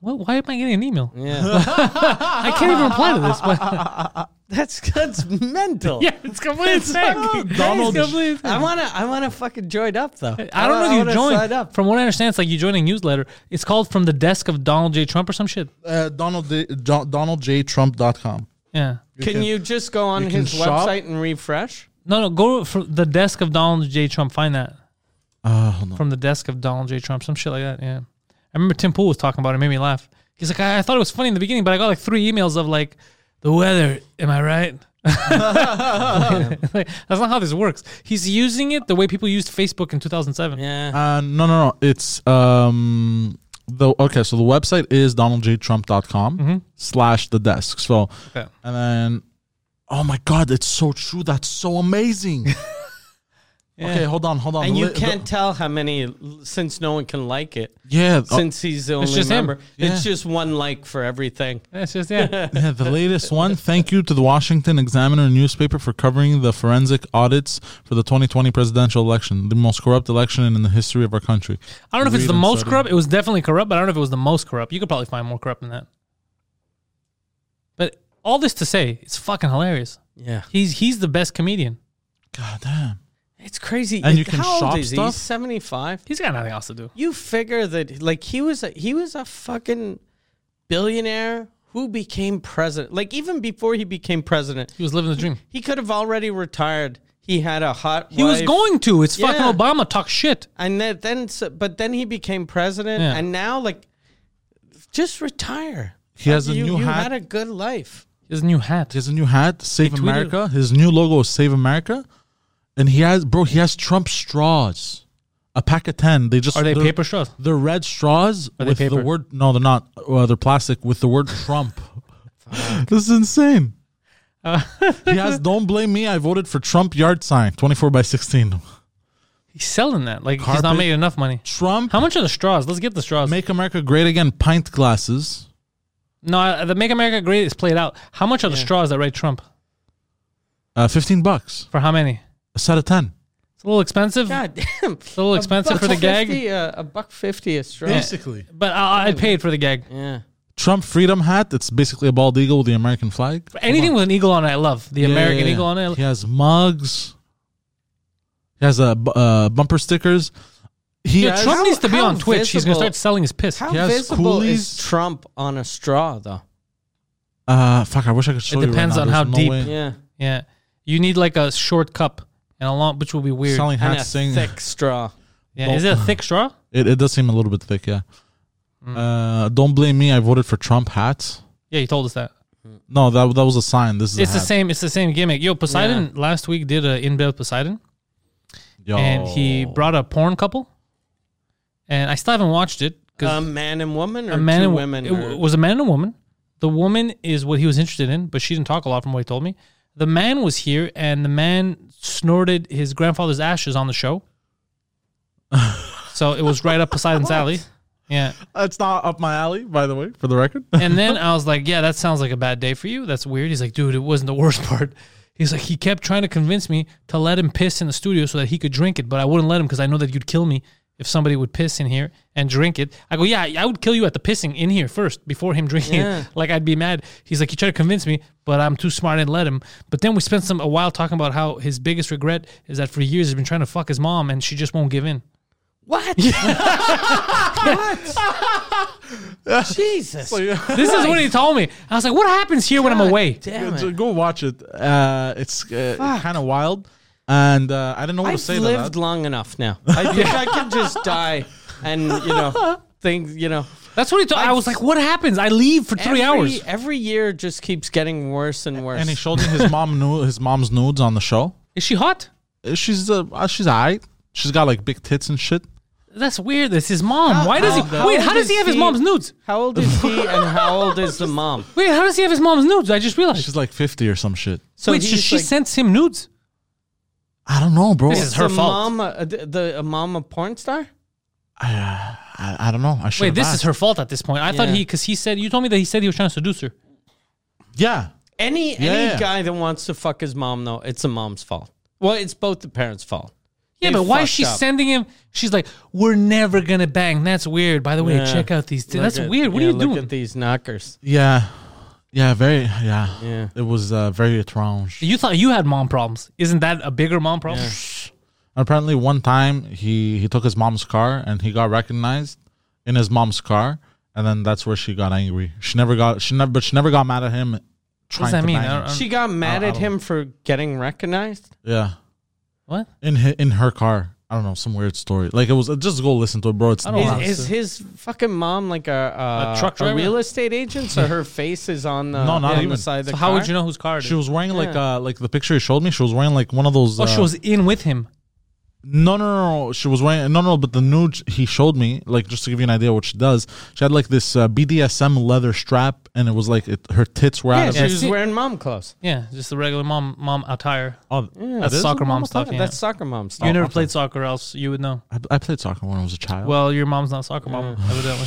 What? Why am I getting an email? Yeah, I can't even reply to this. But that's that's mental. yeah, it's completely insane. Donald- It's completely insane. I wanna I wanna fucking join up though. I don't know if you joined join. From what I understand, it's like you join a newsletter. It's called "From the Desk of Donald J. Trump" or some shit. Uh, Donald D- Don- DonaldJTrump.com. Yeah. Can you just go on you can his shop. website and refresh? No, no. Go for the desk of Donald J. Trump. Find that Uh, hold on. from the desk of Donald J. Trump. Some shit like that. Yeah. I remember Tim Pool was talking about it. it made me laugh. He's like, I, I thought it was funny in the beginning, but I got like three emails of like the weather. Am I right? Like, that's not how this works. He's using it the way people used Facebook in 2007. Yeah. Uh, no, no, no. It's um the okay. So the website is donaldjtrump.com Mm-hmm. slash the desk. So Okay. and then oh my god, it's so true. That's so amazing. Okay, hold on, hold on. and The you li- the- can't tell how many since no one can like it. yeah, uh, Since he's the only just him. member. It's just one like for everything. That's just yeah. yeah, the latest one. Thank you to the Washington Examiner newspaper for covering the forensic audits for the 2020 presidential election, the most corrupt election in the history of our country. I don't know if it's Read the and most study. corrupt. It was definitely corrupt, but I don't know if it was the most corrupt. You could probably find more corrupt than that. But all this to say, it's fucking hilarious. Yeah. He's he's the best comedian. God damn. It's crazy. And you can How old shop is he? stuff? He's 75. He's got nothing else to do. You figure that like he was a, he was a fucking billionaire who became president. Like even before he became president, He was living the dream. he could have already retired. He had a hot He was wife. going to. It's fucking Yeah. Obama talk shit. and then, then so, but then he became president Yeah. and now like just retire. He has a you, new you hat. had a good life. His new hat. He has a new hat, Save tweeted- America. His new logo is Save America. And he has, bro, he has Trump straws. A pack of 10. They just Are they they're- paper straws? They're red straws Are they with paper? the word, no, they're not. Uh, they're plastic with the word Trump. this is insane. Uh, he has, don't blame me, I voted for Trump yard sign, 24 by 16. He's selling that. Like he's not Carpet. making enough money. Trump, How much are the straws? Let's get the straws. make America great again, pint glasses. no, I- the Make America Great is played out. How much are the straws that write Trump? Uh, 15 bucks, For how many? a set of 10. It's a little expensive. God damn. It's a little expensive for the gag. 50, uh, a buck 50 a straw. Basically. But I, I paid for the gag. Yeah. Trump freedom hat, it's basically a bald eagle with the American flag. Anything with an eagle on it, I love. The Yeah, American yeah, yeah. eagle on it. I He has mugs. He has a bu- uh, bumper stickers. He Dude, has, Trump How- needs to be how on Twitch. He's gonna visible- start selling his piss. How He has visible is coolies. Trump on a straw, though? uh, fuck. I wish I could show It you. right depends now. on There's how no deep. way. Yeah. yeah, you need like a short cup and a long, which will be weird. Selling And a hats thing. thick straw. yeah, is it a thick straw? It, it does seem a little bit thick. Yeah. Mm. Uh, don't blame me. I voted for Trump hats. Yeah, you told us that. No, that that was a sign. This is It's a the hat. same. It's the same gimmick. Yo, Poseidon last week did a in bed Poseidon, Yo. and Oh. he brought a porn couple, and I still haven't watched it A because man and woman or a man two and women? woman. It or- w- was a man and a woman. The woman is what he was interested in, but she didn't talk a lot from what he told me. The man was here, and the man snorted his grandfather's ashes on the show. so it was right up Poseidon's alley. Yeah. It's not up my alley, by the way, for the record. And then I was like, yeah, that sounds like a bad day for you. That's weird. He's like, dude, it wasn't the worst part. He's like, he kept trying to convince me to let him piss in the studio so that he could drink it, but I wouldn't let him because I know that you'd kill me if somebody would piss in here and drink it. I go, yeah, I would kill you at the pissing in here first before him drinking Yeah. it. Like I'd be mad. He's like, he tried to convince me, but I'm too smart and let him. But then we spent some a while talking about how his biggest regret is that for years he's been trying to fuck his mom and she just won't give in. what? what? Jesus. This is what he told me. I was like, what happens here when I'm away? Damn Yeah, it. ju- Go watch it. Uh, it's uh, kind of wild, and uh, I didn't know what to I've say. to lived that. long enough now. I think I can just die and, you know, things, you know. That's what he told. I was like, "What happens? I leave for three every, hours." Every year just keeps getting worse and worse. And he showed me his mom nu- his mom's nudes on the show. Is she hot? She's uh, uh, she's alright. She's got like big tits and shit. That's weird. That's his mom. Why does he? how wait, how old does he is have his he? mom's nudes? how old is he and how old is the mom? Wait, how does he have his mom's nudes? I just realized. She's like fifty or some shit. So wait, so he's she like- sends him nudes. I don't know, bro. This is- her the fault. Mom, uh, the, the uh, mom a porn star? I, I don't know. I should. Wait, this is her fault at this point. I thought Yeah. he, because he said you told me that he said he was trying to seduce her. Yeah, Any Yeah. any guy that wants to fuck his mom though, it's the mom's fault. Well, it's both the parents' fault. Yeah, They but why is fucked she up. sending him? She's like, "We're never gonna bang." That's weird. By the way, Yeah. check out these. T- Look that's at- weird. What yeah, are you look doing? at these knockers. Yeah, yeah, very yeah. Yeah. It was uh, very étrange. you thought you had mom problems. Isn't that a bigger mom problem? Apparently, one time he he took his mom's car and he got recognized in his mom's car, and then that's where she got angry. She never got she never but she never got mad at him. What Trying does that to mean? bang I him. don't- I don't- She got mad I at don't- him for getting recognized. Yeah, what? in hi, in her car. I don't know some weird story. Like it was just go listen to it, bro. It's I don't nuts. know. Is, is his fucking mom like a, a, Oh, A truck driver? real estate agent? So her face is on the No, not on the even. side of the So how would car? you know whose car it is? She was wearing like uh like the picture he showed me. She was wearing like one of those. oh, she uh, was in with him. No, no, no, no. She was wearing no, no. But the nude he showed me, like, just to give you an idea what she does. She had like this uh, BDSM leather strap, and it was like it, her tits were Yeah, out. she Of, was see- wearing mom clothes. Yeah, just the regular mom mom attire. oh, that's it is soccer a mom normal stuff. thing. Yeah. That's soccer mom stuff. you never okay. played soccer, else you would know. I, I played soccer when I was a child. Well, your mom's not a soccer mom, evidently.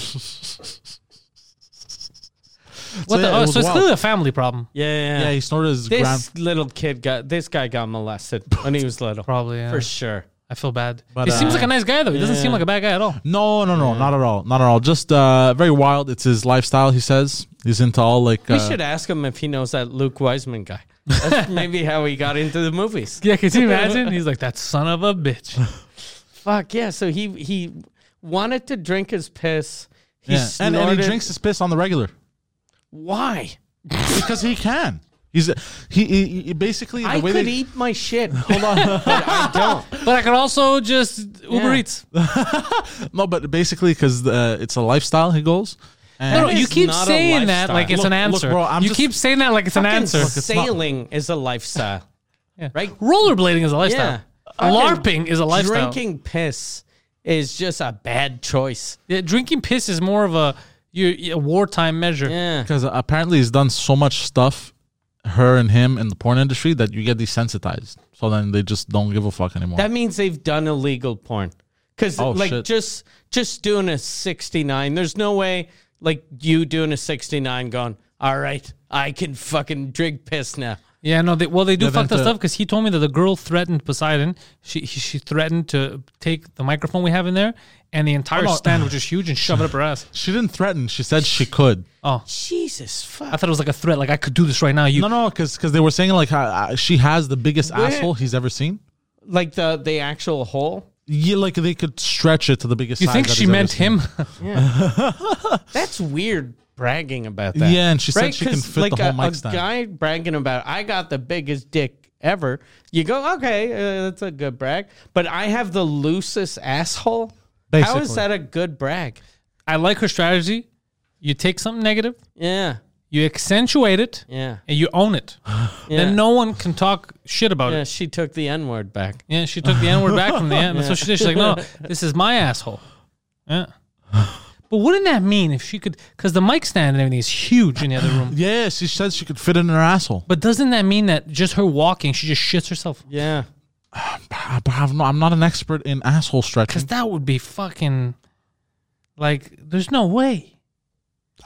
what yeah, the? it Oh, was so it's wild. clearly a family problem. yeah, yeah, yeah, yeah. he snorted his this grand. little kid got this guy got molested when he was little, Probably. Yeah. for sure. I feel bad. But, he seems uh, like a nice guy though. He doesn't yeah. seem like a bad guy at all. No, no, no, not at all, not at all. Just uh, very wild. It's his lifestyle. He says he's into all like. We uh, should ask him if he knows that Luke Wiseman guy. That's maybe how he got into the movies. Yeah, can you imagine? He's like that son of a bitch. Fuck yeah! So he he wanted to drink his piss. He yeah. and, and he snorted- drinks his piss on the regular Why? because he can. He's he, he, he basically the I way could they, eat my shit. Hold on, but I don't. But I could also just Uber Yeah. Eats. no, but basically because uh, it's a lifestyle. He goes. And No, no, you is keep not a saying that like it's lifestyle. an Look- look, answer. bro, I'm you just- keep saying that like it's an Fucking answer. not- Sailing is a lifestyle, Yeah. right? Rollerblading is a lifestyle. Fucking LARPing is a lifestyle. Drinking piss is just a bad choice. Yeah, drinking piss is more of a you a wartime measure. Yeah. Because apparently he's done so much stuff, her and him in the porn industry, that you get desensitized. So then they just don't give a fuck anymore. That means they've done illegal porn. Cuz Oh, like shit. just just doing a 69, there's no way like you doing a 69 going, "All right, I can fucking drink piss now." Yeah, no, they, well, they do They've fuck that into- stuff because he told me that the girl threatened Poseidon. She he, she threatened to take the microphone we have in there and the entire no. stand, which is huge, and shove it up her ass. she didn't threaten. She said she could. Jesus fuck. I thought it was like a threat, like I could do this right now. You No, no, because they were saying like how, uh, she has the biggest asshole he's ever seen. Like the the actual hole? Yeah, like they could stretch it to the biggest. you size think that she he's ever meant seen. him? That's weird bragging about that. Yeah, and she said she can 'Cause, fit the whole a, mic a stand. guy bragging about I got the biggest dick ever. You go, okay, uh, that's a good brag. But I have the loosest asshole. How is Basically. that a good brag? I like her strategy. You take something negative, Yeah, you accentuate it, yeah. and you own it. Yeah. Then no one can talk shit about Yeah, it. she took the N word back. Yeah, she took the N word back from the end. That's what she did. She's like, no, no, this is my asshole. Yeah. But wouldn't that mean if she could? Because the mic stand and everything is huge in the other room. Yeah, she said she could fit it in her asshole. But doesn't that mean that just her walking, she just shits herself? Yeah. But I've no, I'm not an expert in asshole Because stretching. that would be fucking like, there's no way.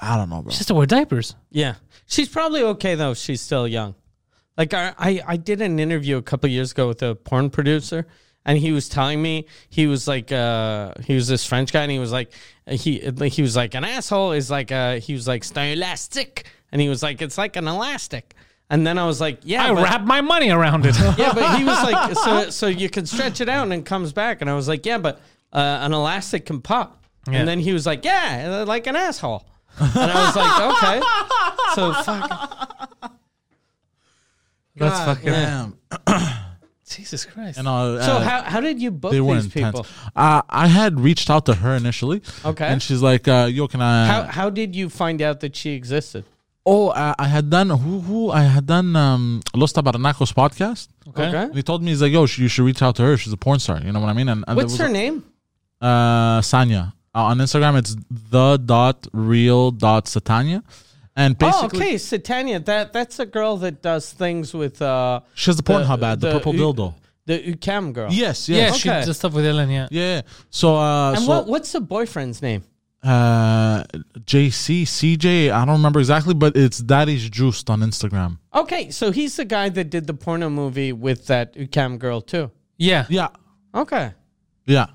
I don't know, bro. She has to wear diapers. Yeah. She's probably okay though. She's still young. Like I, I, I did an interview a couple years ago with a porn producer, and he was telling me he was like, uh, he was this French guy, and he was like, he, he was like an asshole is like, uh, he was like "C'est un elastic, and he was like, it's like an elastic, and then I was like, yeah, I but- wrap my money around it. yeah, but he was like, so, so you can stretch it out and it comes back. And I was like, yeah, but uh, an elastic can pop. Yeah. And then he was like, yeah, uh, like an asshole. And I was like, okay. So fuck. That's fucking. Damn. Jesus Christ. And, uh, So uh, how, how did you book they were these intense. people? Uh, I had reached out to her initially. Okay. And she's like, uh, "Yo, can I?" How, how did you find out that she existed? Oh, I, I had done who who I had done um, Los Tabarnacos podcast. okay. Okay. And he told me he's like, yo, sh- you should reach out to her. She's a porn star. You know what I mean? And, and What's there her was, name? Uh, Sanya. Uh, on Instagram, it's the dot real dot Satanya. And Oh, basically, okay, Satania. That that's a girl that does things with uh, she has the porn hub ad, the, purple dildo. the Ukam girl. Yes, Yeah, yes. she Okay. does stuff with Ellen, yeah. Yeah. yeah. So, uh, And so what what's the boyfriend's name? uh, JC, CJ, I don't remember exactly, but it's Daddy's Juiced on Instagram. Okay, so he's the guy that did the porno movie with that Ukam girl too. Yeah. Yeah. Okay. Yeah.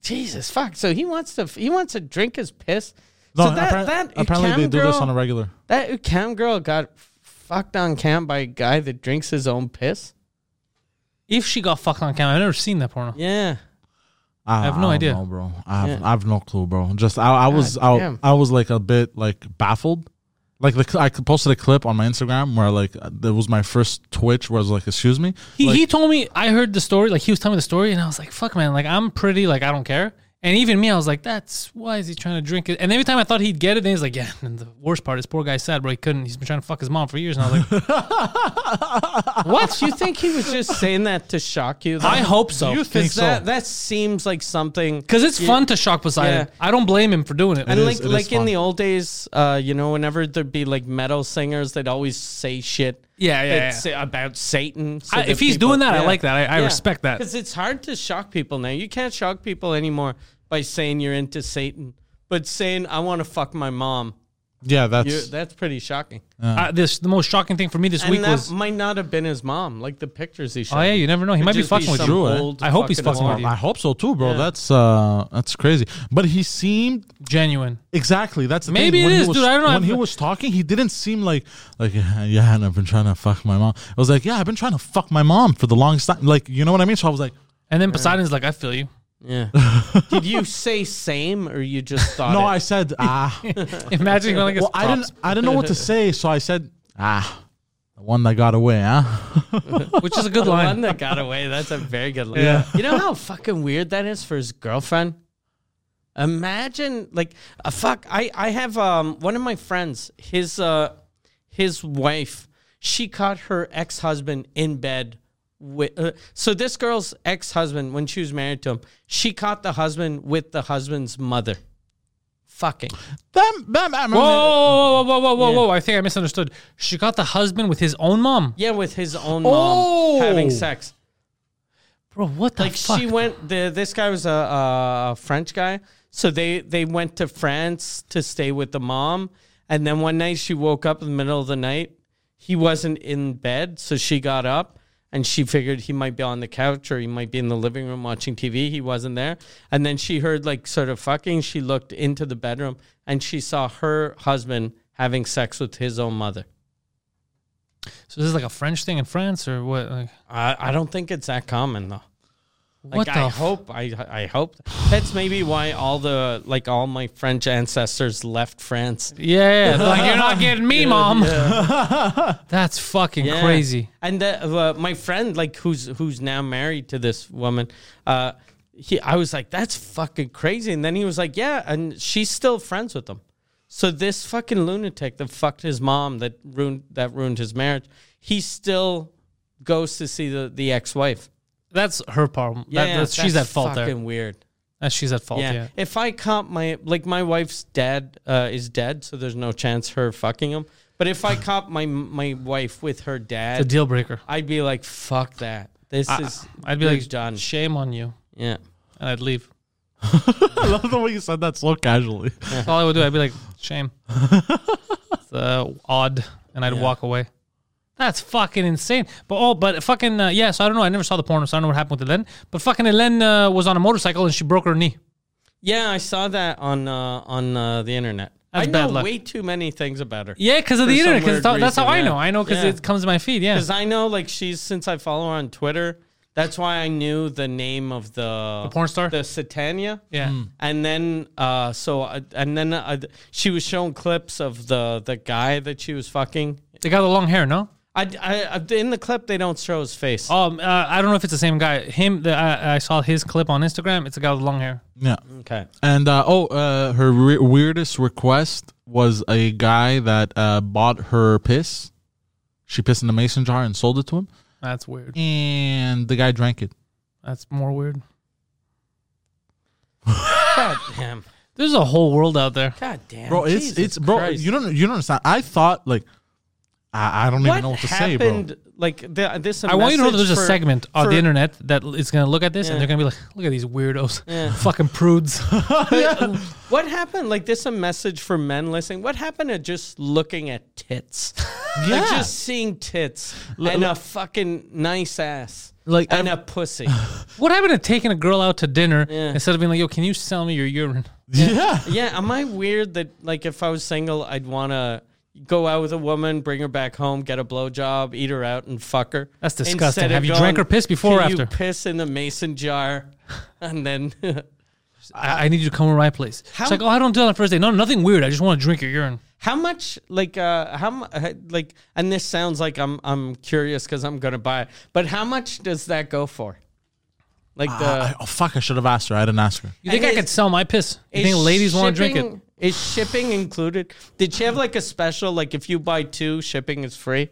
Jesus fuck. So he wants to he wants to drink his piss. No, so that, appar- that apparently cam they do girl, this on a regular. that cam girl got fucked on cam by a guy that drinks his own piss. If she got fucked on camera, I've never seen that porno. Yeah. I, have no I don't idea. know, bro. I have, Yeah. I have no clue, bro. Just I, I was God I, damn. I was like a bit like baffled. Like the cl- I posted a clip on my Instagram where like that was my first Twitch where I was like, excuse me, He, Like- he told me I heard the story, like he was telling me the story, and I was like, "Fuck, man! Like I'm pretty, like I don't care." And even me, I was like, "That's why is he trying to drink it?" And every time I thought he'd get it, then he's like, "Yeah." And the worst part is, poor guy sad, bro. He couldn't. He's been trying to fuck his mom for years, and I was like, What? you think he was just saying that to shock you? though? "I hope so," You think Because that so. that seems like something. because it's fun to shock Poseidon. Yeah. I don't blame him for doing it. and is- like it is like in fun. the old days, uh, you know, whenever there'd be like metal singers, they'd always say shit. Yeah, yeah, that yeah. say- uh, about Satan. so I- that if he's people- doing that, I yeah. like that. I, I respect that. Because it's hard to shock people now. You can't shock people anymore by saying you're into Satan, but saying I want to fuck my mom, yeah, you're, that's that's pretty shocking. Uh, this the most shocking thing for me this and week that was. might not have been his mom. Like the pictures he showed. Oh yeah, me. you never know. He Could might be just fucking with some you. Drew, eh? old I hope he's fucking fucking with whore. you. I hope so too, bro. Yeah. That's uh that's crazy. But he seemed Genuine. Exactly. That's the thing. Maybe it When he is, was- dude. I don't know. When he I've- was talking, he didn't seem like like yeah. And I've been trying to fuck my mom. I was like, yeah, I've been trying to fuck my mom for the longest time. Like, you know what I mean? So I was like, And then Poseidon's like, "I feel you." Yeah. Did you say same or you just thought? no, it? I said ah. Imagine going like, well, I didn't. I didn't know what to say, so I said ah. The one that got away, huh? which is a good The one line. that got away. That's a very good line. Yeah. You know how fucking weird that is for his girlfriend? Imagine like a fuck I I have um one of my friends, his uh his wife, she caught her ex-husband in bed with uh, so this girl's ex-husband when she was married to him, she caught the husband with the husband's mother. Fucking. Them, them, them, Whoa, whoa, whoa, whoa, whoa, whoa, whoa! I think I misunderstood. She got the husband with his own mom, Yeah, with his own mom Oh. having sex. bro. What the like fuck? she went the this guy was a, a french guy so they they went to france to stay with the mom and then one night she woke up in the middle of the night he wasn't in bed so she got up and she figured he might be on the couch or he might be in the living room watching tv he wasn't there and then she heard like sort of fucking she looked into the bedroom and she saw her husband having sex with his own mother so this is like a French thing in France or what? Like, i, I don't think it's that common though Like what the? I f- hope I I hope that's maybe why all the like all my French ancestors left France. yeah, yeah, like you're not getting me, mom. That's fucking Yeah. crazy. And the, uh, my friend like who's who's now married to this woman, uh he I was like that's fucking crazy and then he was like yeah and she's still friends with him. So this fucking lunatic that fucked his mom that ruined that ruined his marriage, he still goes to see the, the ex-wife. That's her problem. Yeah, that, that's, she's at that's fault there. fucking weird. That's she's at fault. Yeah. Yeah. If I comp my like my wife's dad uh, is dead, so there's no chance her fucking him. But if I comp my my wife with her It's a dad, deal breaker. I'd be like, fuck that. This is I'd be like, you're done. Shame on you, Yeah. and I'd leave. I love the way you said that so casually. That's all I would do. I'd be like, shame. it's uh, odd, and I'd walk away. That's fucking insane. But oh, but fucking uh, yeah. So I don't know. I never saw the porno, so I don't know what happened with Elen. But fucking Elen uh, was on a motorcycle and she broke her knee. Yeah, I saw that on uh, on uh, the internet. That's I bad know luck. way too many things about her. Yeah, because of For the internet. some Because weird that's how reason, I know. yeah. I know because Yeah. it comes to my feed. Yeah, Because I know like she's since I follow her on Twitter, that's why I knew the name of the, The porn star? the Satania. yeah. And then, uh, so I, and then I, she was showing clips of the the guy that she was fucking. They got the long hair, no? I, I, I- in the clip they don't show his face. Um, uh, I don't know if it's the same guy. Him, the, uh, I, I saw his clip on Instagram. It's a guy with long hair. Yeah. Okay. And uh, oh, uh, her re- weirdest request was a guy that uh, bought her piss. She pissed in a mason jar and sold it to him, That's weird. and the guy drank it. That's more weird. God damn. There's a whole world out there. God damn. bro. It's Jesus it's bro. Christ. You don't you don't understand. I thought like I, I don't what even know what to say, bro. happened? Like the, this. I want you to know that there's message a for- segment on for- the internet that l- is going to look at this Yeah. and they're going to be like, look at these weirdos, Yeah. fucking prudes. What happened? Like this, a message for men listening. What happened to just looking at tits? Like, Yeah. just seeing tits and a fucking nice ass. Like, and I'm- a pussy. What happened to taking a girl out to dinner Yeah. instead of being like, "Yo, can you sell me your urine?" Yeah. yeah, am I weird that like if I was single, I'd want to go out with a woman, bring her back home, get a blowjob, eat her out, and fuck her. That's disgusting. Instead of Have you drank her piss before or "Can You after?" piss in the mason jar, and then I, I need you to come to my place. How- it's like, oh, I don't do that on Thursday. No, nothing weird. I just want to drink your urine. how much like uh how mu- uh, like and this sounds like I'm I'm curious because I'm gonna buy it, but how much does that go for? Like the I- oh, fuck, I should have asked her. I didn't ask her. You think And I could is- sell my piss? You Is think ladies want to drink it? shipping- Is shipping included? Did she have like a special? Like if you buy two, shipping is free.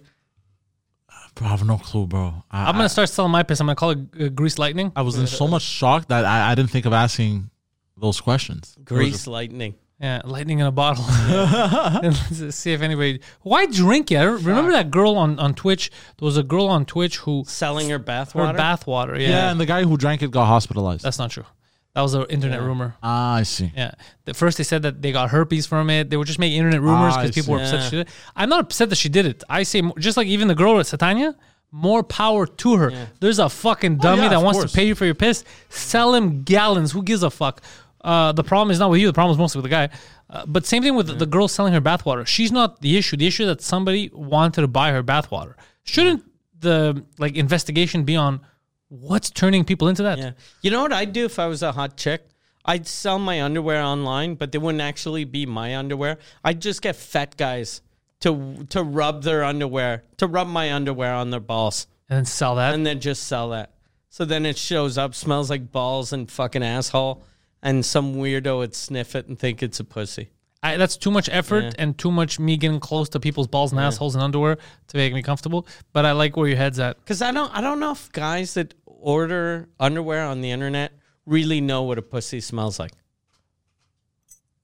Bro, I have no clue, bro. I, Uh. I'm gonna start selling my piss. I'm gonna call it uh, grease lightning. I, I was in so much shock that I, I didn't think of asking those questions. Grease lightning. Yeah, lightning in a bottle. and let's see if anybody. Why drink it? I re- remember that girl on on Twitch. There was a girl on Twitch who Selling her bath her water. bath water. Yeah, Yeah, and the guy who drank it got hospitalized. that's not true. That was an internet rumor. ah, I see. Yeah. The first they said that they got herpes from it. They were just making internet rumors Ah, I because people were see. upset that she did it. I'm not upset that she did it. I say mo- just like even the girl at Satania, more power to her. There's a fucking dummy Oh, yeah, that of wants course. to pay you for your piss. Sell him gallons. Who gives a fuck? Uh, the problem is not with you. The problem is mostly with the guy. Uh, but same thing with the- the girl selling her bathwater. She's not the issue. The issue is that somebody wanted to buy her bathwater. Shouldn't the like investigation be on what's turning people into that? Yeah. You know what I'd do if I was a hot chick? I'd sell my underwear online, but they wouldn't actually be my underwear. I'd just get fat guys to to rub their underwear, to rub my underwear on their balls, And then sell that. and then just sell that. So then it shows up, smells like balls and fucking asshole, and some weirdo would sniff it and think it's a pussy. I, that's too much effort and too much me getting close to people's balls and assholes and underwear to make me comfortable. But I like where your head's at. Because I don't, I don't know if guys that order underwear on the internet really know what a pussy smells like,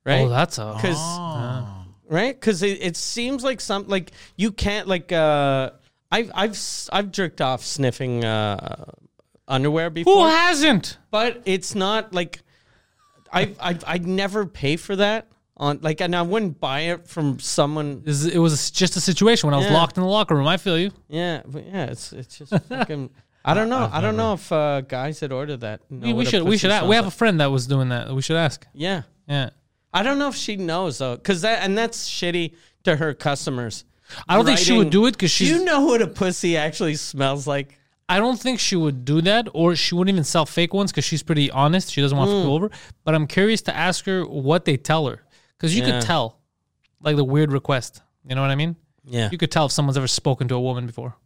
right? Oh, that's a. Because Oh. right, because it, it seems like some like you can't like uh, I've I've s- I've jerked off sniffing uh, underwear Who before, hasn't? but it's not like I I I'd never pay for that on like and I wouldn't buy it from someone. This is- It was just a situation when I was Yeah. locked in the locker room. I feel you. Yeah, but yeah, it's it's just fucking. I don't know. I don't know if uh, guys that order that. Know We, we what a should. We pussy should. a- smells We have a like. friend that was doing that. We should ask. Yeah. Yeah. I don't know if she knows though, because that and that's shitty to her customers. I don't think she would do it 'cause Do she's- You know what a pussy actually smells like. I don't think she would do that, or she wouldn't even sell fake ones because she's pretty honest. She doesn't want Mm. to go over. But I'm curious to ask her what they tell her because you Yeah. could tell, like the weird request. You know what I mean? Yeah. You could tell if someone's ever spoken to a woman before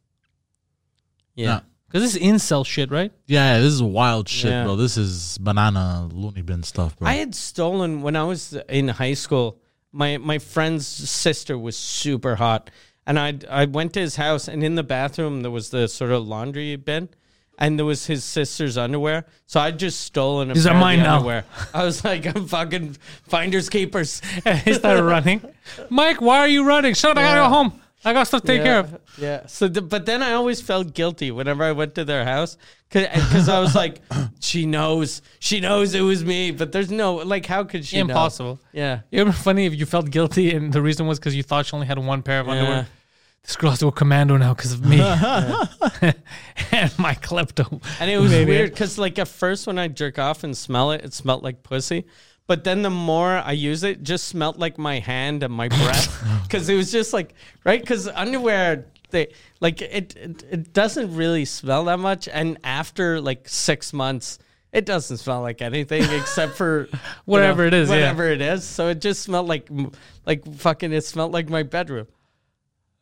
yeah. because this is incel shit, right? Yeah, this is wild shit, Yeah. bro. This is banana loony bin stuff, bro. I had stolen when I was in high school. My my friend's sister was super hot, and I I went to his house, and in the bathroom there was the sort of laundry bin, and there was his sister's underwear. So I just stolen a These are pair of the mine now. underwear. I was like, I'm fucking finders keepers. he started running. Mike, why are you running? Shut up! I gotta go home. I got stuff to take care of. Yeah. So, th- but then I always felt guilty whenever I went to their house because I was like, she knows, she knows it was me. But there's no like, how could she? know? Impossible. Yeah. It would be funny if you felt guilty and the reason was because you thought she only had one pair of Yeah. underwear. This girl has to go commando now because of me and my klepto. And it was Maybe. weird because like at first when I jerk off and smell it, it smelled like pussy. But then the more I use it, it just smelled like my hand and my breath because it was just like right because underwear. They, like it, it it doesn't really smell that much and after like six months it doesn't smell like anything except for you Whatever it is, yeah. whatever it is so it just smelled like like fucking it smelled like my bedroom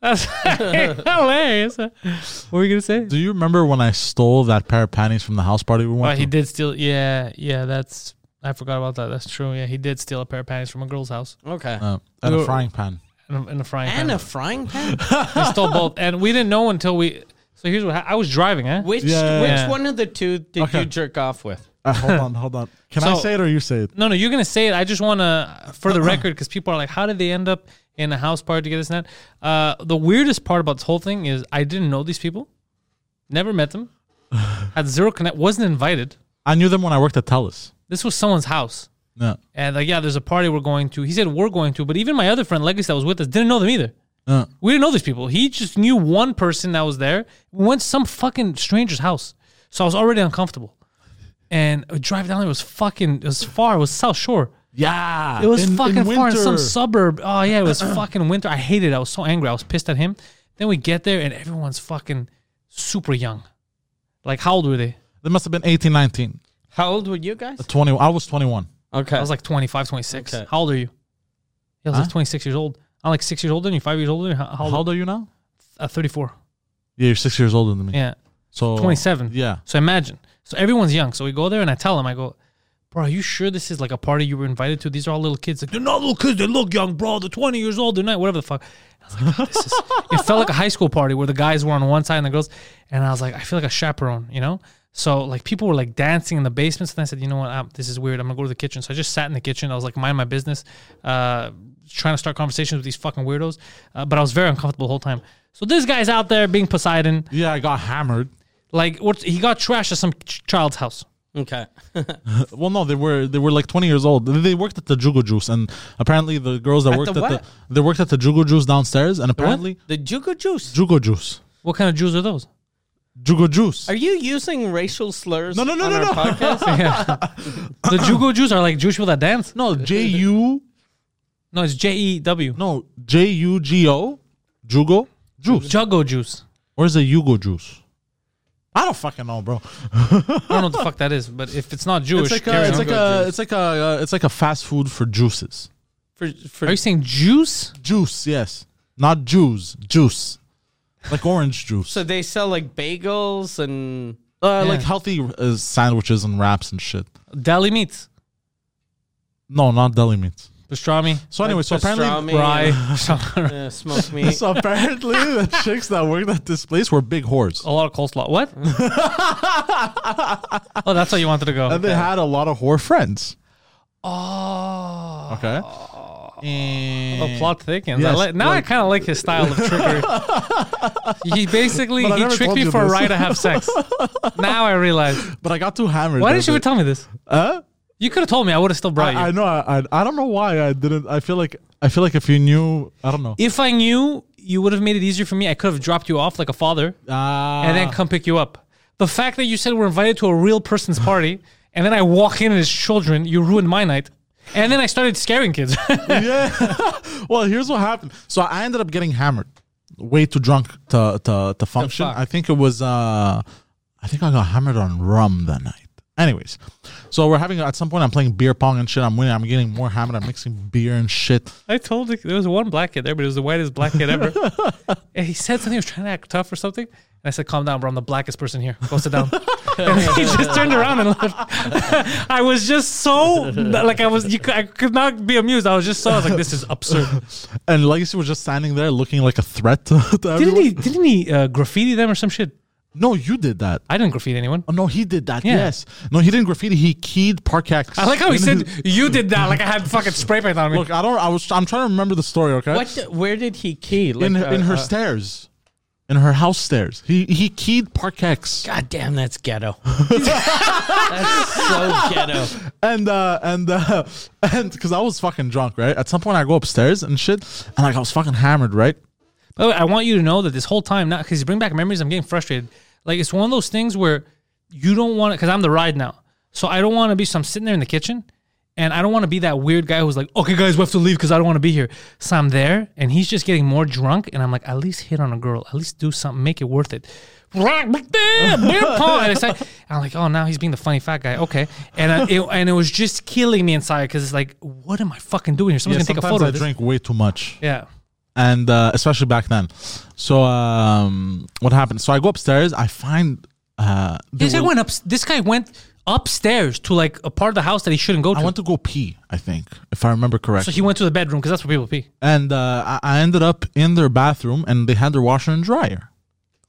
That's hilarious. What were you gonna say? Do you remember when I stole that pair of panties from the house party we Oh, went he to? did steal. Yeah, yeah. That's I forgot about that. That's true. Yeah, he did steal a pair of panties from a girl's house okay Uh, and We a were- frying pan. in a, in a frying pan. and a frying pan We stole both, and we didn't know until we. So here's what ha- I was driving. Eh? which Yeah. which Yeah. one of the two did Okay. you jerk off with Uh, hold on, hold on. Can I So- say it or you say it? No, no, you're gonna say it. I just want to, for the record, because people are like, "How did they end up in a house party to get this and that?" Uh, the weirdest part about this whole thing is I didn't know these people, never met them, had zero connect, wasn't invited. I knew them when I worked at Telus. This was someone's house, Yeah. and like, yeah, there's a party we're going to. He said we're going to, but even my other friend Legacy that was with us didn't know them either. Yeah. We didn't know these people. He just knew one person that was there. We went to some fucking stranger's house. So I was already uncomfortable. And a drive down there was fucking, it was far, it was South Shore. Yeah. It was in- in fucking far in some winter. suburb. Oh yeah, it was fucking winter. I hated it. I was so angry. I was pissed at him. Then we get there and everyone's fucking super young. Like how old were they? They must have been 18, 19, How old were you guys? 20. I was 21. Okay. I was like 25, 26. Okay. How old are you? Yeah, I was Huh? like 26 years old. I'm like six years older than you, five years older than you. How, how How old? old are you now? Uh, 34. Yeah, you're six years older than me. Yeah. So 27. Yeah. So imagine. So everyone's young. So we go there and I tell them, I go, bro, are you sure this is like a party you were invited to? These are all little kids. Like, they're not little kids. They look young, bro. They're 20 years old. They're not, whatever the fuck. I was like, "God, this is, it felt like a high school party where the guys were on one side and the girls. And I was like, I feel like a chaperone, you know? So like people were like dancing in the basements. And I said, you know what? Um, this is weird. I'm going to go to the kitchen. So I just sat in the kitchen. I was like, mind my business, uh, trying to start conversations with these fucking weirdos. Uh, but I was very uncomfortable the whole time. So this guy's out there being Poseidon. Yeah, I got hammered. Like what he got trashed at some ch- child's house. okay. Well, no, they were they were like 20 years old. They- They worked at the Jugo Juice, and apparently the girls that At worked the at what? the they worked at the Jugo Juice downstairs, and apparently the Jugo Juice. Jugo Juice, What kind of Jews are those? Jugo Juice. Are you using racial slurs No, no, no, on no, our no. podcast? The Jugo Jews are like Jewish people that dance. no, J U No, it's J E W. no J U G O Jugo Juice, Jugo Juice. or is it Yugo Juice? I don't fucking know, bro. I don't know what the fuck that is, but if it's not It's Jewish, like carry a, it's on. like a, it's like a, uh, it's like a fast food for juices. for, for, are you saying juice? Juice, yes, not Jews, juice, like orange juice, so they sell like bagels and uh, like Yeah. healthy uh, sandwiches and wraps and shit. Deli meats, No, not deli meats. pastrami, So anyway, so apparently, pastrami rye. and, uh, smoked meat. so apparently, the chicks that worked at this place were big whores, a lot of coleslaw. What? oh, that's what you wanted to go. and they had a lot of whore friends. oh, Okay, and the plot thickens. I Yes, like now I like- kind of like his style of trickery. he basically But I he never tricked told me you for a this. rye to have sex. now I realize. but I got too hammered. Why that didn't you day. ever tell me this? Huh? You could have told me. I would have still brought you. I, I know. I, I I don't know why I didn't. I feel like I feel like if you knew, I don't know. if I knew you would have made it easier for me, I could have dropped you off like a father Ah, and then come pick you up. The fact that you said we're invited to a real person's party and then I walk in and it's children, you ruined my night. And then I started scaring kids. yeah. well, here's what happened. So I ended up getting hammered, way too drunk to to, to function. fuck? I think it was. uh I think I got hammered on rum that night. Anyways, so we're having at some point I'm playing beer pong and shit. I'm winning. I'm getting more hammered. I'm mixing beer and shit. I told the, there was one black kid there, but it was the whitest black kid ever. and he said something, he was trying to act tough or something. And I said, calm down, bro. I'm the blackest person here. Go sit down. and he just turned around and left. I was just so, like, I was, you, could- I could not be amused. I was just so, I was like, this is absurd. And Legacy was just standing there looking like a threat to, to Didn't everyone. he? Didn't he uh, graffiti them or some shit? No, you did that. I didn't graffiti anyone. Oh no, he did that. Yeah. Yes. No, he didn't graffiti. He keyed Park X. I like how he said you did that. Like I had fucking spray paint on me. Look, I don't. I was. I'm trying to remember the story. Okay. What? the- where did he key? Like, in her, uh, in her uh, stairs, in her house stairs. He he keyed Parkex, God damn, that's ghetto. that's so ghetto. and uh, and uh, and because I was fucking drunk, right? At some point, I go upstairs and shit, and like I was fucking hammered, right? By the way, I want you to know that this whole time, not because you bring back memories, I'm getting frustrated. Like it's one of those things where you don't want to, because I'm the ride now, so I don't want to be. So I'm sitting there in the kitchen, and I don't want to be that weird guy who's like, "Okay, guys, we have to leave because I don't want to be here." So I'm there, and he's just getting more drunk, and I'm like, "At least hit on a girl. At least do something. Make it worth it." and it's like, I'm like, oh, now he's being the funny fat guy. Okay, and I, it, and it was just killing me inside because it's like, what am I fucking doing here? Someone's gonna take a sometimes photo. I of this. drink way too much, Yeah. and uh, especially back then. So um, what happened? So I go upstairs. I find uh, there This guy were- went up. This guy went upstairs to like a part of the house that he shouldn't go to. I went to go pee. I think, if I remember so correctly. he went to the bedroom because that's where people pee. and uh, I, I ended up in their bathroom, and they had their washer and dryer.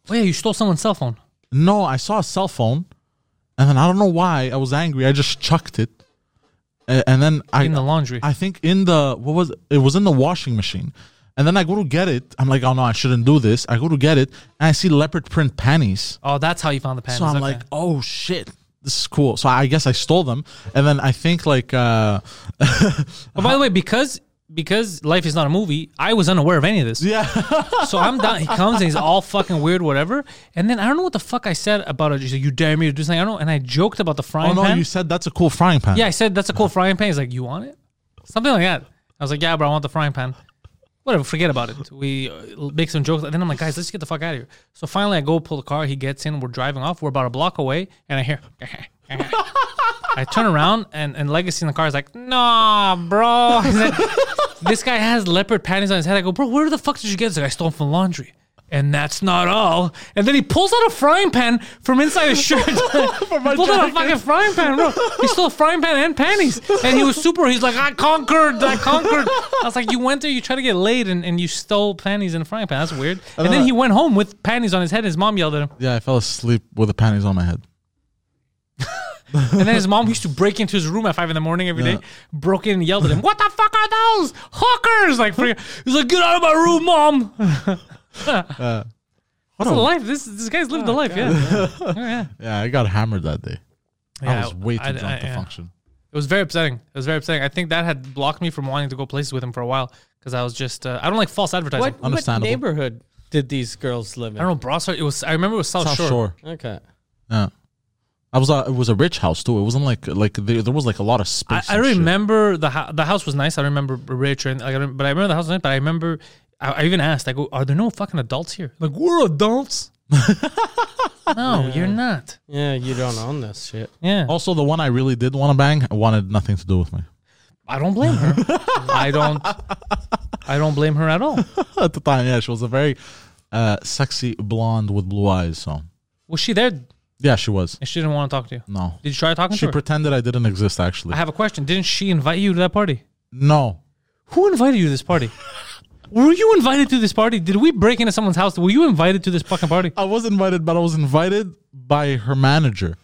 Oh yeah, you stole someone's cell phone. No, I saw a cell phone, and then I don't know why I was angry. I just chucked it, A- and then I In the laundry. I think in the what was it? it was in the washing machine, and then I go to get it. I'm like, oh no, I shouldn't do this. I go to get it, and I see leopard print panties. Oh, that's how you found the panties. So I'm okay. like, oh shit. This is cool. So I guess I stole them, and then I think like uh, Oh, by the way, because because life is not a movie, I was unaware of any of this. Yeah. So I'm down. He comes and he's all fucking weird, whatever. And then I don't know what the fuck I said about it. He's like, "You dare me to do something?" I don't. know. And I joked about the frying oh no, pan. you said that's a cool frying pan. yeah, I said that's a cool frying pan. He's like, "You want it?" Something like that. I was like, "Yeah, bro, I want the frying pan." Whatever, forget about it. We uh, make some jokes. And then I'm like, guys, let's get the fuck out of here. So finally, I go pull the car. He gets in. We're driving off. We're about a block away, and I hear. I turn around and, and Legacy in the car is like, nah, bro. He's like, this guy has leopard panties on his head. I go, bro, where the fuck did you get this? He's like, I stole them from laundry. And that's not all. And then he pulls out a frying pan from inside his shirt. he pulled out a fucking frying pan, bro. He stole a frying pan and panties. And he was super. He's like, I conquered. I conquered. I was like, you went there, you tried to get laid, and, and you stole panties and a frying pan. That's weird. And then he went home with panties on his head. And his mom yelled at him. Yeah, I fell asleep with the panties on my head. And then his mom used to break into his room at five in the morning every day, Yeah. broke in and yelled at him, What the fuck are those? Hookers! Like, freaking, he's like, Get out of my room, mom! What That's a- the life. This, this guy's lived the life, yeah. Oh, yeah. yeah, I got hammered that day. Yeah, I was way too I- drunk I- to yeah. function. It was very upsetting. It was very upsetting. I think that had blocked me from wanting to go places with him for a while because I was just, uh, I don't like false advertising. What, what Understandable. neighborhood did these girls live I in? don't know, Broadside, it was, I remember it was South, South Shore. Shore. Okay. Yeah. I was. Uh, it was a rich house too. It wasn't like like there, there was like a lot of I, space. I and shit. remember the ho- the house was nice. I remember rich, and like, I don't- but I remember the house was nice. But I remember I, I even asked, I go, "Are there no fucking adults here?" Like we're adults. no, you're not. Yeah, you don't own this shit. Yeah, Also, the one I really did want to bang wanted nothing to do with me I don't blame her. I don't. I don't blame her at all. at the time. Yeah, she was a very uh, sexy blonde with blue eyes. So Was she there? And yeah, she was. she didn't want to talk to you. No, Did you try talking she to her? pretended I didn't exist. Actually, I have a question. Didn't she invite you to that party? no. Who invited you to this party? Were you invited to this party? Did we break into someone's house? Were you invited to this fucking party? I was invited, but I was invited by her manager.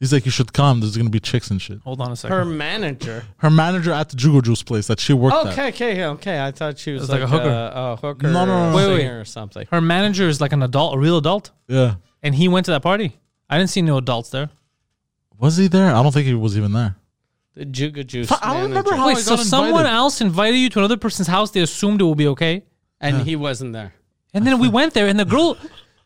He's like, you should come. There's gonna be chicks and shit. Hold on a second. Her manager. Her manager at the Jugo Juice place that she worked at. Okay, okay, okay. I thought she was, was like, like a hooker. a, a hooker No, no, no, or a no. Wait, wait. singer or something. her manager is like an adult, a real adult. Yeah. and he went to that party. I didn't see no adults there. Was he there? I don't think he was even there. The Juga Juice. Fuck, I don't remember manager. how- Oh, Wait, I so got someone invited. else invited you to another person's house? They assumed it would be okay, And he wasn't there. and then we went there, and the girl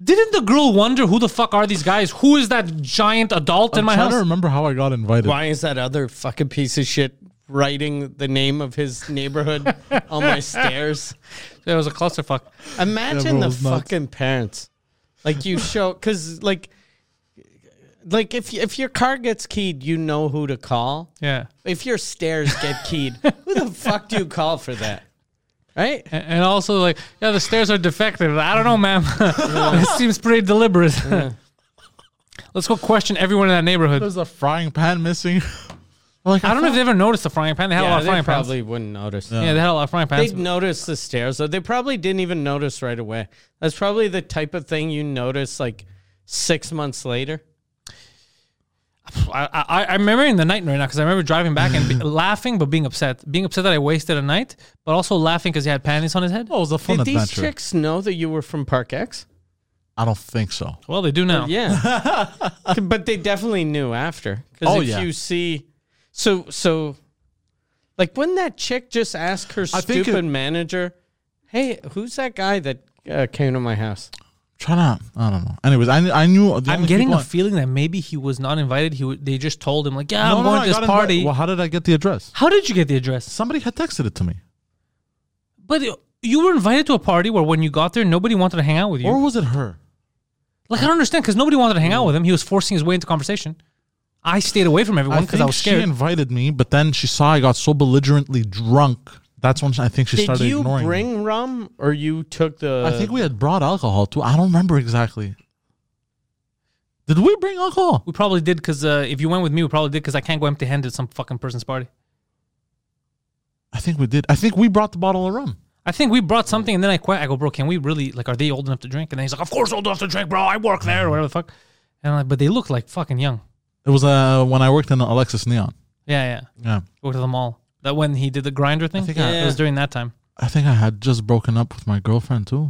didn't the girl wonder who the fuck are these guys? Who is that giant adult in I'm my trying house? to remember how I got invited. Why is that other fucking piece of shit writing the name of his neighborhood on my stairs? It was a clusterfuck. Imagine the Everyone's nuts. fucking parents. Like you show, because like, like if if your car gets keyed, you know who to call. Yeah, If your stairs get keyed, who the fuck do you call for that? Right? and, and also like, yeah, the stairs are defective. I don't know, ma'am. it seems pretty deliberate. Let's go question everyone in that neighborhood. There's a frying pan missing. I'm like, I don't know if they ever noticed the frying pan. They had a lot Yeah, of they frying pans. probably wouldn't notice. Yeah, they had a lot of frying pans. They'd notice the stairs, though. They probably didn't even notice right away. That's probably the type of thing you notice like six months later. I, I, I'm remembering the night right now because I remember driving back and be, laughing, but being upset. Being upset that I wasted a night, but also laughing because he had panties on his head. Oh, it was a fun Did these adventure. chicks know that you were from Park X? I don't think so. Well, they do now. Yeah, but they definitely knew after. Because Oh, if yeah. you see, so so, like when that chick just asked her I think stupid it- manager, "Hey, who's that guy that uh, came to my house?" Try not. I don't know. Anyways, I, kn- I knew. The I'm only getting people the I- feeling that maybe he was not invited. He w- they just told him like, yeah, No, I'm no, going no, I to this got invited. party. Well, how did I get the address? How did you get the address? Somebody had texted it to me, But uh, you were invited to a party where when you got there, nobody wanted to hang out with you. or was it her? like I don't understand because nobody wanted to hang out with him. He was forcing his way into conversation. I stayed away from everyone because I, think was scared. She invited me, but then she saw I got so belligerently drunk. That's when I think she Did started you ignoring me. bring rum or you took the? I think we had brought alcohol too. I don't remember exactly. Did we bring alcohol? we probably did because uh, if you went with me, we probably did because I can't go empty-handed to some fucking person's party. I think we did. I think we brought the bottle of rum. I think we brought something, and then I quit. I go, bro, can we really like? Are they old enough to drink? And then he's like, of course, old enough to drink, bro. I work there, or whatever the fuck. And I'm like, but they look like fucking young. It was uh, when I worked in Alexis Neon. Yeah, yeah. Yeah. Go to the mall. That when he did the grinder thing. think yeah, I- it was during that time. I think I had just broken up with my girlfriend too.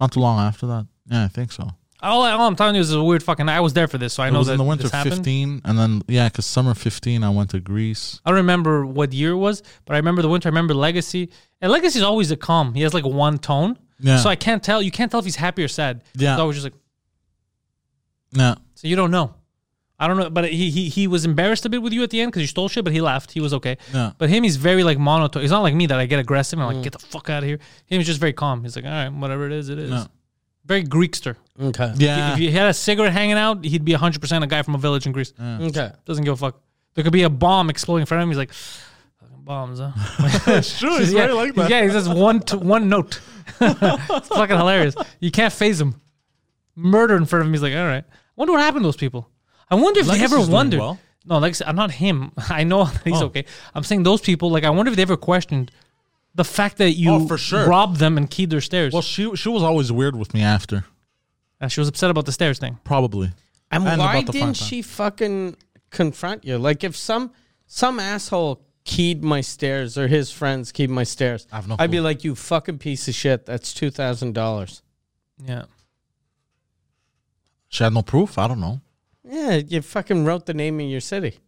Not too long after that. Yeah, I think so. All, I, all I'm telling you is a weird fucking. I was there for this, so I it know was that in the winter this happened. 15, and then yeah, because summer 15, I went to Greece. I don't remember what year it was, but I remember the winter. I remember Legacy, and Legacy is always a calm. He has like one tone, Yeah. so I can't tell. You can't tell if he's happy or sad. Yeah. so I was just like, Yeah, so you don't know. I don't know, but he he, he was embarrassed a bit with you at the end because you stole shit, but he laughed. He was okay. Yeah. But him, he's very like monotone. He's not like me that I get aggressive. Mm. and I'm like, get the fuck out of here. Him is just very calm. He's like, all right, whatever it is, it is. Yeah. Very Greekster. Okay. yeah. If he had a cigarette hanging out, he'd be 100% a guy from a village in Greece. Okay. Doesn't give a fuck. There could be a bomb exploding in front of him. He's like, fucking bombs, huh? It's true. It's yeah, yeah, he's just one, t- one note. it's fucking hilarious. You can't phase him. Murder in front of him. He's like, all right. wonder what happened to those people. I wonder if Legacy's they ever doing wondered. well. No, like I said, I'm not him. I know that he's Oh. okay. I'm saying those people. Like I wonder if they ever questioned the fact that you Oh, for sure. robbed them and keyed their stairs. Well, she she was always weird with me after, and she was upset about the stairs thing. probably. And, And why about the didn't fine she fucking confront you? Like if some some asshole keyed my stairs or his friends keyed my stairs, I have no I'd be clue. like, you fucking piece of shit. That's two thousand dollars. Yeah. She had no proof. I don't know. Yeah, you fucking wrote the name of your city.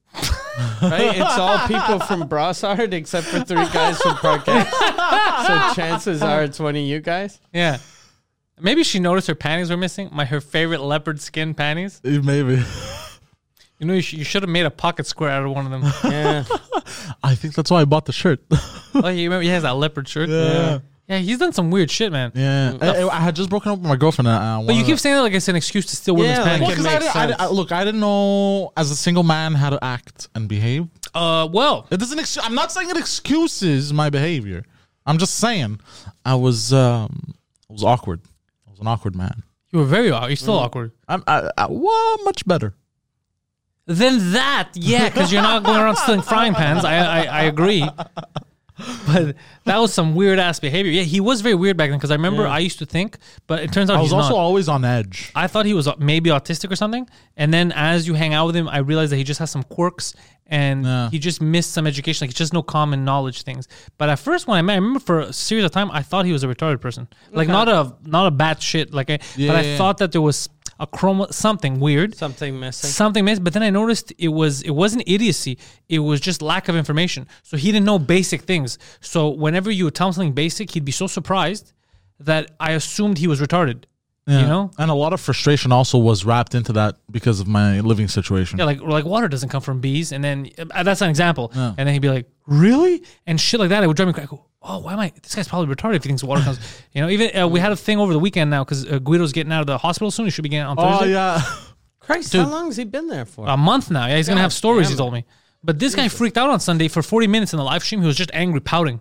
right? It's all people from Brossard except for three guys from Parkett. so chances are it's one of you guys. Yeah. Maybe she noticed her panties were missing. My her favorite leopard skin panties. Eh, Maybe. You know, you, sh- you should have made a pocket square out of one of them. Yeah. I think that's why I bought the shirt. oh, you remember he has that leopard shirt. Yeah. Yeah, he's done some weird shit, man. Yeah, I, I- I had just broken up with my girlfriend. And I But you wanted- keep saying that like it's an excuse to steal women's Yeah, like, panties. Well, 'cause I makes didn't- I sense. didn't- look, I didn't know as a single man how to act and behave. uh, well, It doesn't. Ex- I'm not saying it excuses my behavior. I'm just saying I was um, I was awkward. I was an awkward man. you were very awkward. You're Mm. still awkward. I'm I, I, well, much better. Then that, yeah, because you're not going around stealing frying pans. I, I, I agree. But that was some weird ass behavior. Yeah, he was very weird back then because I remember I used to think, but it turns out I he's was also not. always on edge. I thought he was uh, maybe autistic or something. And then as you hang out with him, I realized that he just has some quirks and Yeah. he just missed some education. Like, it's just no common knowledge things. But at first, when I met, I remember for a series of time, I thought he was a retarded person. Like, not a not a bad shit. Like, I, but I Yeah. thought that there was a chromo something weird. Something missing. Something missed, but then I noticed it was it wasn't idiocy; it was just lack of information. So he didn't know basic things. So whenever you would tell him something basic, he'd be so surprised that I assumed he was retarded. You Yeah. know, and a lot of frustration also was wrapped into that because of my living situation. Yeah, like or like water doesn't come from bees, and then uh, that's an example. And then he'd be like, "Really?" and shit like that. It would drive me crazy. I go, Oh, why am I? This guy's probably retarded if he thinks water comes. you know, even uh, we had a thing over the weekend now because uh, Guido's getting out of the hospital soon. He should be getting out on oh Thursday. yeah, Christ, how long has he been there Uh, for? A month now. Yeah, he's gonna God have stories. He damn it. told me. But this guy freaked out on Sunday for 40 minutes in the live stream. He was just angry, pouting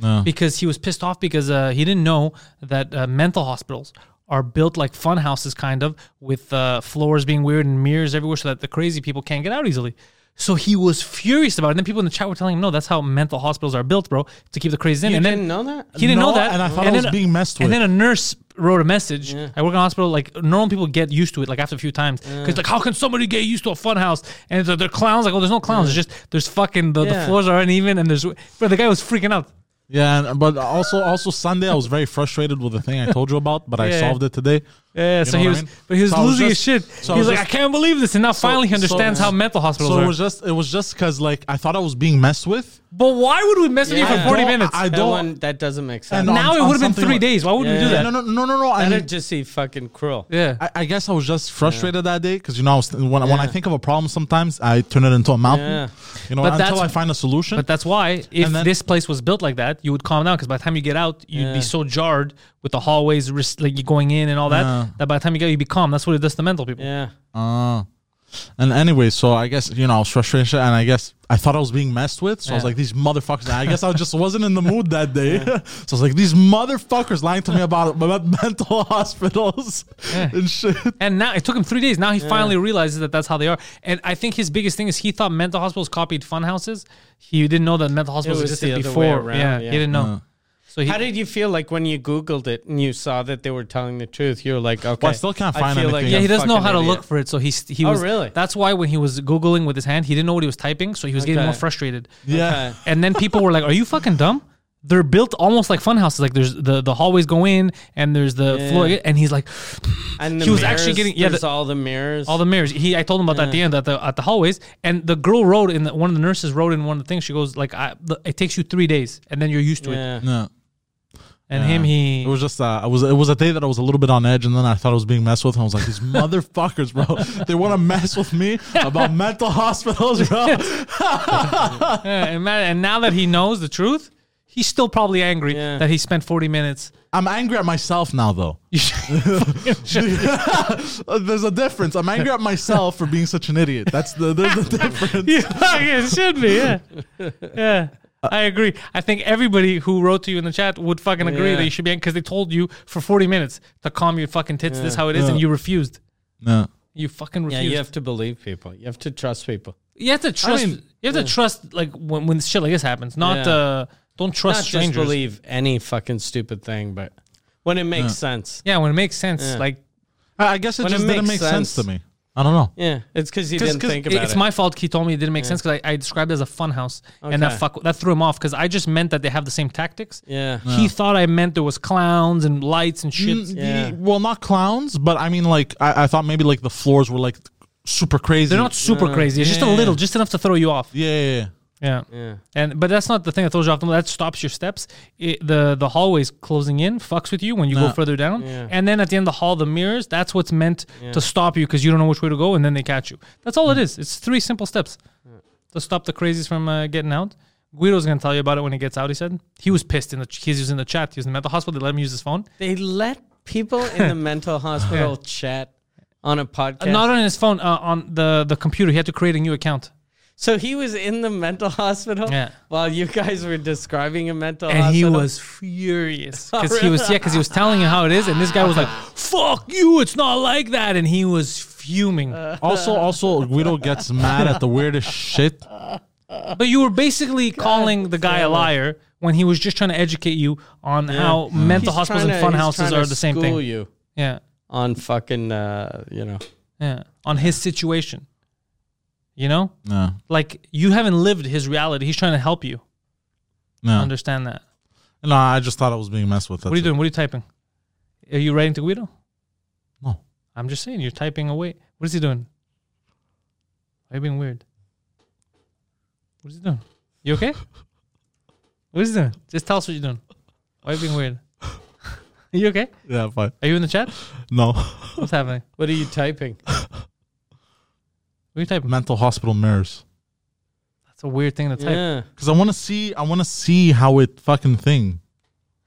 No. because he was pissed off because uh, he didn't know that uh, mental hospitals are built like fun houses, kind of, with uh, floors being weird and mirrors everywhere so that the crazy people can't get out easily. So he was furious about it. And then people in the chat were telling him, no, that's how mental hospitals are built, bro, to keep the crazy in. you and didn't then know that? he didn't No, know that. and I thought I was then- being messed And with. then a nurse wrote a message. I work in a hospital. Like normal people get used to it. Like after a few times, because like how can somebody get used to a fun house? And they're, they're clowns. Like oh, there's no clowns. It's just there's fucking the, the Yeah. floors are uneven and there's. But the guy was freaking out. yeah. and- But also, also Sunday, I was very frustrated with the thing I told you about, but I Yeah. solved it today. Yeah, so know he what I was, mean? but he was So I was losing his shit. just- so I he was was like, just- I can't believe this, and now finally he so- understands how mental hospitals So it are. was just, it was just because like I thought I was being messed with. but why would we mess with you Yeah. for forty Don't- minutes? I that don't- one that doesn't make sense. And now on- it on would have been something three days. like- Why would we Yeah. do that? No, no, no, no, no. I mean, That'd just be fucking cruel. yeah, I, I guess I was just frustrated that day because you know I was, when when I think of a problem sometimes I turn it into a mountain. Yeah. You know But until that's- I find a solution. but that's why if And then- this place was built like that, you would calm down because by the time you get out, you'd be Yeah. so jarred with the hallways, ris- like you going in and all that, Yeah. that by the time you get, out, you'd be calm. That's what it does to mental people. Yeah. Ah. and anyway, so I guess you know I was frustrated and I guess I thought I was being messed with. So I was Yeah. like these motherfuckers. I guess I just wasn't in the mood that day. so I was like these motherfuckers lying to me about about mental hospitals and shit. And now it took him three days. Now he finally realizes that that's how they are. And I think his biggest thing is he thought mental hospitals copied fun houses. He didn't know that mental hospitals was the existed other way before. around, yeah, he yeah. didn't know. So he, How did you feel like when you Googled it and you saw that they were telling the truth? You were like, okay. still can't I find feel anything. yeah, a he doesn't know fucking how to idiot. look for it. So he he Oh, was really? That's why when he was googling with his hand, he didn't know what he was typing, so he was getting Okay. more frustrated. Yeah, Okay. And then people were like, "Are you fucking dumb?" they're built almost like fun houses. Like there's the the hallways go in and there's the Yeah. floor, and he's like And He was actually getting- yeah, there's the- all the mirrors. all the mirrors. He I told him about that at the end at the at the hallways, and the girl wrote in the, one of the nurses wrote in one of the things. She goes like, I, the- "It takes you three days, and then you're used to it." yeah. No. And him, he It was just uh, I was it was a day that I was a little bit on edge, and then I thought I was being messed with, and I was like, these motherfuckers, bro, they want to mess with me about mental hospitals, bro. Yeah, and, ma- and now that he knows the truth, he's still probably angry Yeah. that he spent 40 minutes. I'm angry at myself now, though. Uh, You should- There's a difference. I'm angry at myself for being such an idiot. That's the there's a difference. You fucking it should be, yeah. Yeah. I agree. I think everybody who wrote to you in the chat would fucking agree Yeah. that you should be because they told you for 40 minutes to calm your fucking tits. This is how it is, and Yeah. you refused. No. You fucking Yeah, refused. you have to believe people. You have to trust people. You have to trust. mean, you have to trust like when, when shit like this happens. Not Yeah. uh, don't trust Not just strangers. believe any fucking stupid thing, but when it makes sense. yeah, when it makes sense. Yeah. Like I I guess it When it just didn't make makes sense. sense. to me. I don't know. Yeah, it's because you 'Cause- didn't 'cause think it- about it's it. my fault. He told me it didn't make sense because I, I described it as a fun house, and that Okay. fuck that threw him off because I just meant that they have the same tactics. yeah, He thought I meant there was clowns and lights and shit. Mm, Yeah. the- Well, not clowns, but I mean, like I, I thought maybe like the floors were like super crazy. They're not super crazy. It's just a yeah. little, just enough to throw you off. Yeah, yeah, yeah. Yeah. yeah. And but that's not the thing that throws you off. That stops your steps. It, the the hallways closing in fucks with you when you go Nah. further down. Yeah. And then at the end of the hall, the mirrors. That's what's meant to stop you because you don't know which way to go, and then they catch you. That's all it Hmm. is. It's three simple steps to stop the crazies from uh, getting out. Guido's gonna tell you about it when he gets out. He said he was pissed in the he was in the chat. He was in the mental hospital. They let him use his phone. They let people in the mental hospital chat on a podcast. Not on his phone. Uh, on the the computer. He had to create a new account. so he was in the mental hospital Yeah. while you guys were describing a mental and he hospital. was furious because he was yeah because he was telling you how it is and this guy was like fuck you it's not like that and he was fuming Uh. Also, also Guido gets mad at the weirdest shit. but you were basically calling the guy a liar when he was just trying to educate you on how mental Mm. He's hospitals trying and to- fun he's houses trying to are the same thing school you yeah on fucking uh, you know. yeah on his situation you know No, like you haven't lived his reality he's trying to help you no, understand that no. I just thought I was being messed with. what are you doing what are you typing are you writing to guido No. i'm just saying you're typing away what is he doing are you being weird what is he doing you okay what is he doing just tell us what you're doing why are you being weird are you okay Yeah, fine. are you in the chat No, what's happening What are you typing? what are you typing mental hospital mirrors. that's a weird thing to type yeah, Because I want to see, I want to see how it fucking thing.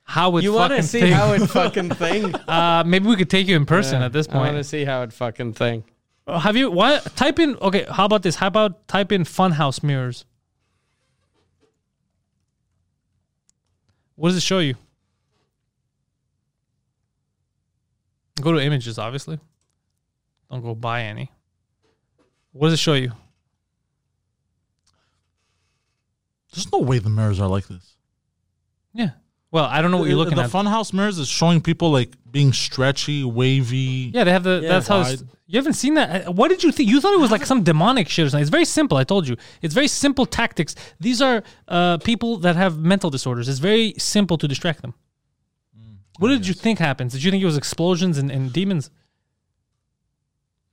how it you want fucking to see thing. how it fucking thing. uh, maybe we could take you in person at this I want to point see how it fucking thing. Uh, have you what type in okay how about this how about type in funhouse mirrors what does it show you go to images obviously don't go buy any what does it show you There's no way the mirrors are like this. yeah well i don't know what you're looking the at funhouse mirrors is showing people like being stretchy, wavy. yeah they have the Yeah. that's how it's, Wide. you haven't seen that Uh, what did you think you thought it was like some demonic shit or something it's very simple i told you it's very simple tactics these are uh, people that have mental disorders it's very simple to distract them What did you think happens? Did you think it was explosions and, and demons?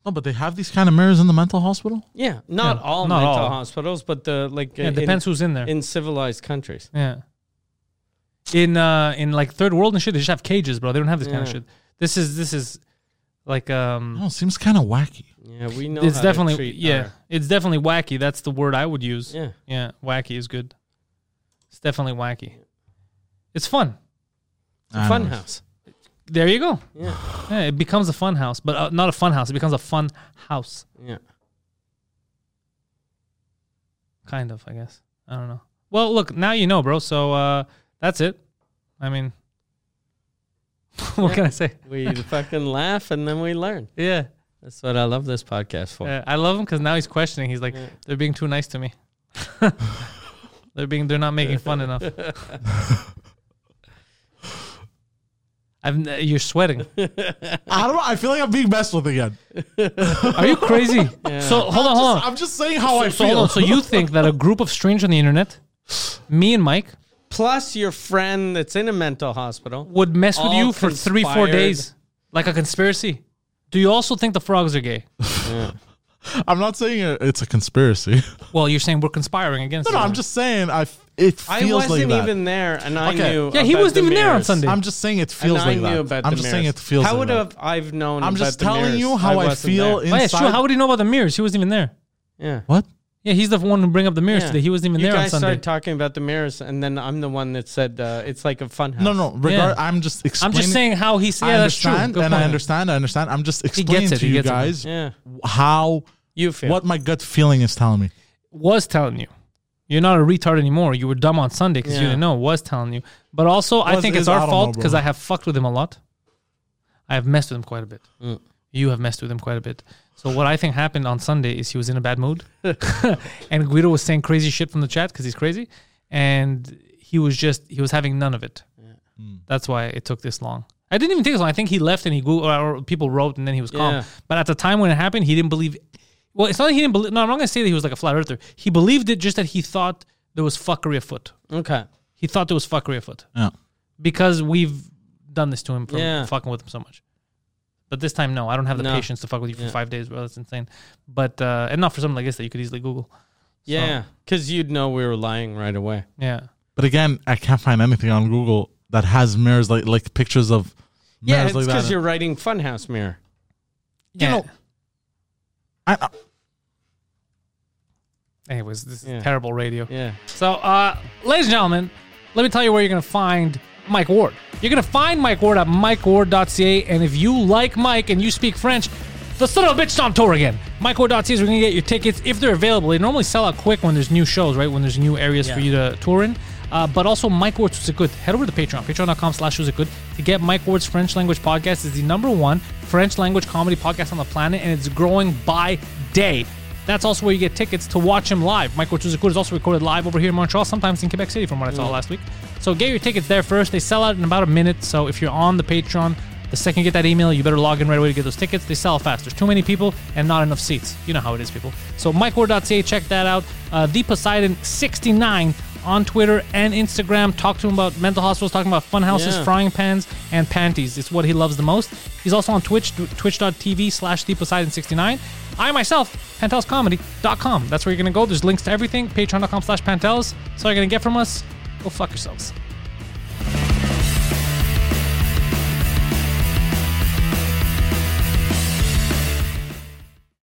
No, but they have these kind of mirrors in the mental hospital. Mm. Yeah, not Yeah, all not mental all. hospitals, but the like. Yeah, it depends who's in there. in civilized countries. yeah. In uh in like third world and shit, they just have cages, bro. They don't have this kind of Yeah. shit. This is this is like um No, it seems kind of wacky. Yeah, we know. it's how to definitely treat yeah, our- it's definitely wacky. That's the word I would use. yeah. Yeah, wacky is good. It's definitely wacky. It's fun. I don't know. Funhouse. There you go. Yeah, Yeah, it becomes a fun house, but uh, not a fun house. It becomes a fun house. yeah. kind of i guess i don't know well look now you know bro so uh that's it i mean what can i say We fucking laugh and then we learn. yeah That's what I love this podcast for. Uh, i love him because now he's questioning he's like Yeah. they're being too nice to me they're being they're not making fun enough I've, n- you're sweating. I don't. know. I feel like I'm being messed with again. Are you crazy? So hold on, hold on. I'm just saying how I So, hold feel. on. so you think that a group of strangers on the internet, me and Mike, plus your friend that's in a mental hospital. would mess with All you for three, four conspired. days, like a conspiracy. Do you also think the frogs are gay? I'm not saying it- it's a conspiracy. Well, you're saying we're conspiring against. No, no, each I'm other. just saying. I f- it feels I wasn't like that. even there, and I Okay. knew. Yeah, he about wasn't the even there on mirrors. Sunday. I'm just saying it And feels I like knew that. about I'm the just mirrors. saying it feels. How like would that. have I've known? I'm about just the telling mirrors? you how I wasn't feel there. Oh, yeah, it's true. inside- How would he know about the mirrors? He wasn't even there. Yeah. What? Yeah, he's the one who bring up the mirrors Yeah. today. He wasn't even you there guys on Sunday. started talking about the mirrors, and then I'm the one that said uh, it's like a fun house. No, no. Regard. Yeah. I'm just I'm explaining. just saying how he. Yeah, I that's true. understand, Good and I point. understand. I understand. I'm just explaining it, he to you gets it. guys Yeah, how you feel what my gut feeling is telling me. Was telling you, you're not a retard anymore. You were dumb on Sunday because you Yeah. didn't know. Was telling you, but also I Was think it's is- I our don't fault know, because bro. I have fucked with him a lot. I have messed with him quite a bit. You have messed with him quite a bit. So what I think happened on Sunday is he was in a bad mood, and Guido was saying crazy shit from the chat because he's crazy, and he was just he was having none of it. That's why it took this long. I didn't even think so. I think he left and he grew, or, or people wrote and then he was calm. Yeah. But at the time when it happened, he didn't believe. Well, it's not that he didn't believe. No, I'm not gonna say that he was like a flat earther. He believed it, just that he thought there was fuckery afoot. Okay. He thought there was fuckery afoot Yeah. because we've done this to him for Yeah. fucking with him so much. But this time, no, I don't have the No. patience to fuck with you for Yeah. five days, bro. That's insane. But uh, and not for something like this that you could easily Google. Yeah, because you'd know we were lying right away. Yeah, But again, I can't find anything on Google that has mirrors like like pictures of Yeah, mirrors it's like because that. you're writing Funhouse Mirror. yeah. know- I, I- Anyways, this is Yeah. terrible radio. Yeah. So, uh, ladies and gentlemen, let me tell you where you're going to find Mike Ward. You're going to find Mike Ward at mikeward.ca. And if you like Mike and you speak French, the son of a bitch is on tour again. MikeWard.ca is where you can get your tickets if they're available. They normally sell out quick when there's new shows, right? When there's new areas for you to tour in. Uh, but also, Mike Ward's Who's It Good. Head over to Patreon, patreon.com slash Who's It Good, to get Mike Ward's French language podcast. is the number one French language comedy podcast on the planet, and it's growing by day. That's also where you get tickets to watch him live. Michael Chuzakur is also recorded live over here in Montreal, sometimes in Quebec City, from what I saw last week. So get your tickets there first. They sell out in about a minute. So if you're on the Patreon, the second you get that email, you better log in right away to get those tickets. They sell fast. There's too many people and not enough seats. You know how it is, people. So MikeWard.ca, check that out. Uh, the Poseidon69 on Twitter and Instagram. Talk to him about mental hospitals, talking about fun houses, Yeah. frying pans, and panties. It's what he loves the most. He's also on Twitch, tw- twitch.tv slash the Poseidon69. I myself, panteliscomedy.com. That's where you're going to go. There's links to everything. Patreon.com slash Pantelis. That's all you're going to get from us. Go fuck yourselves.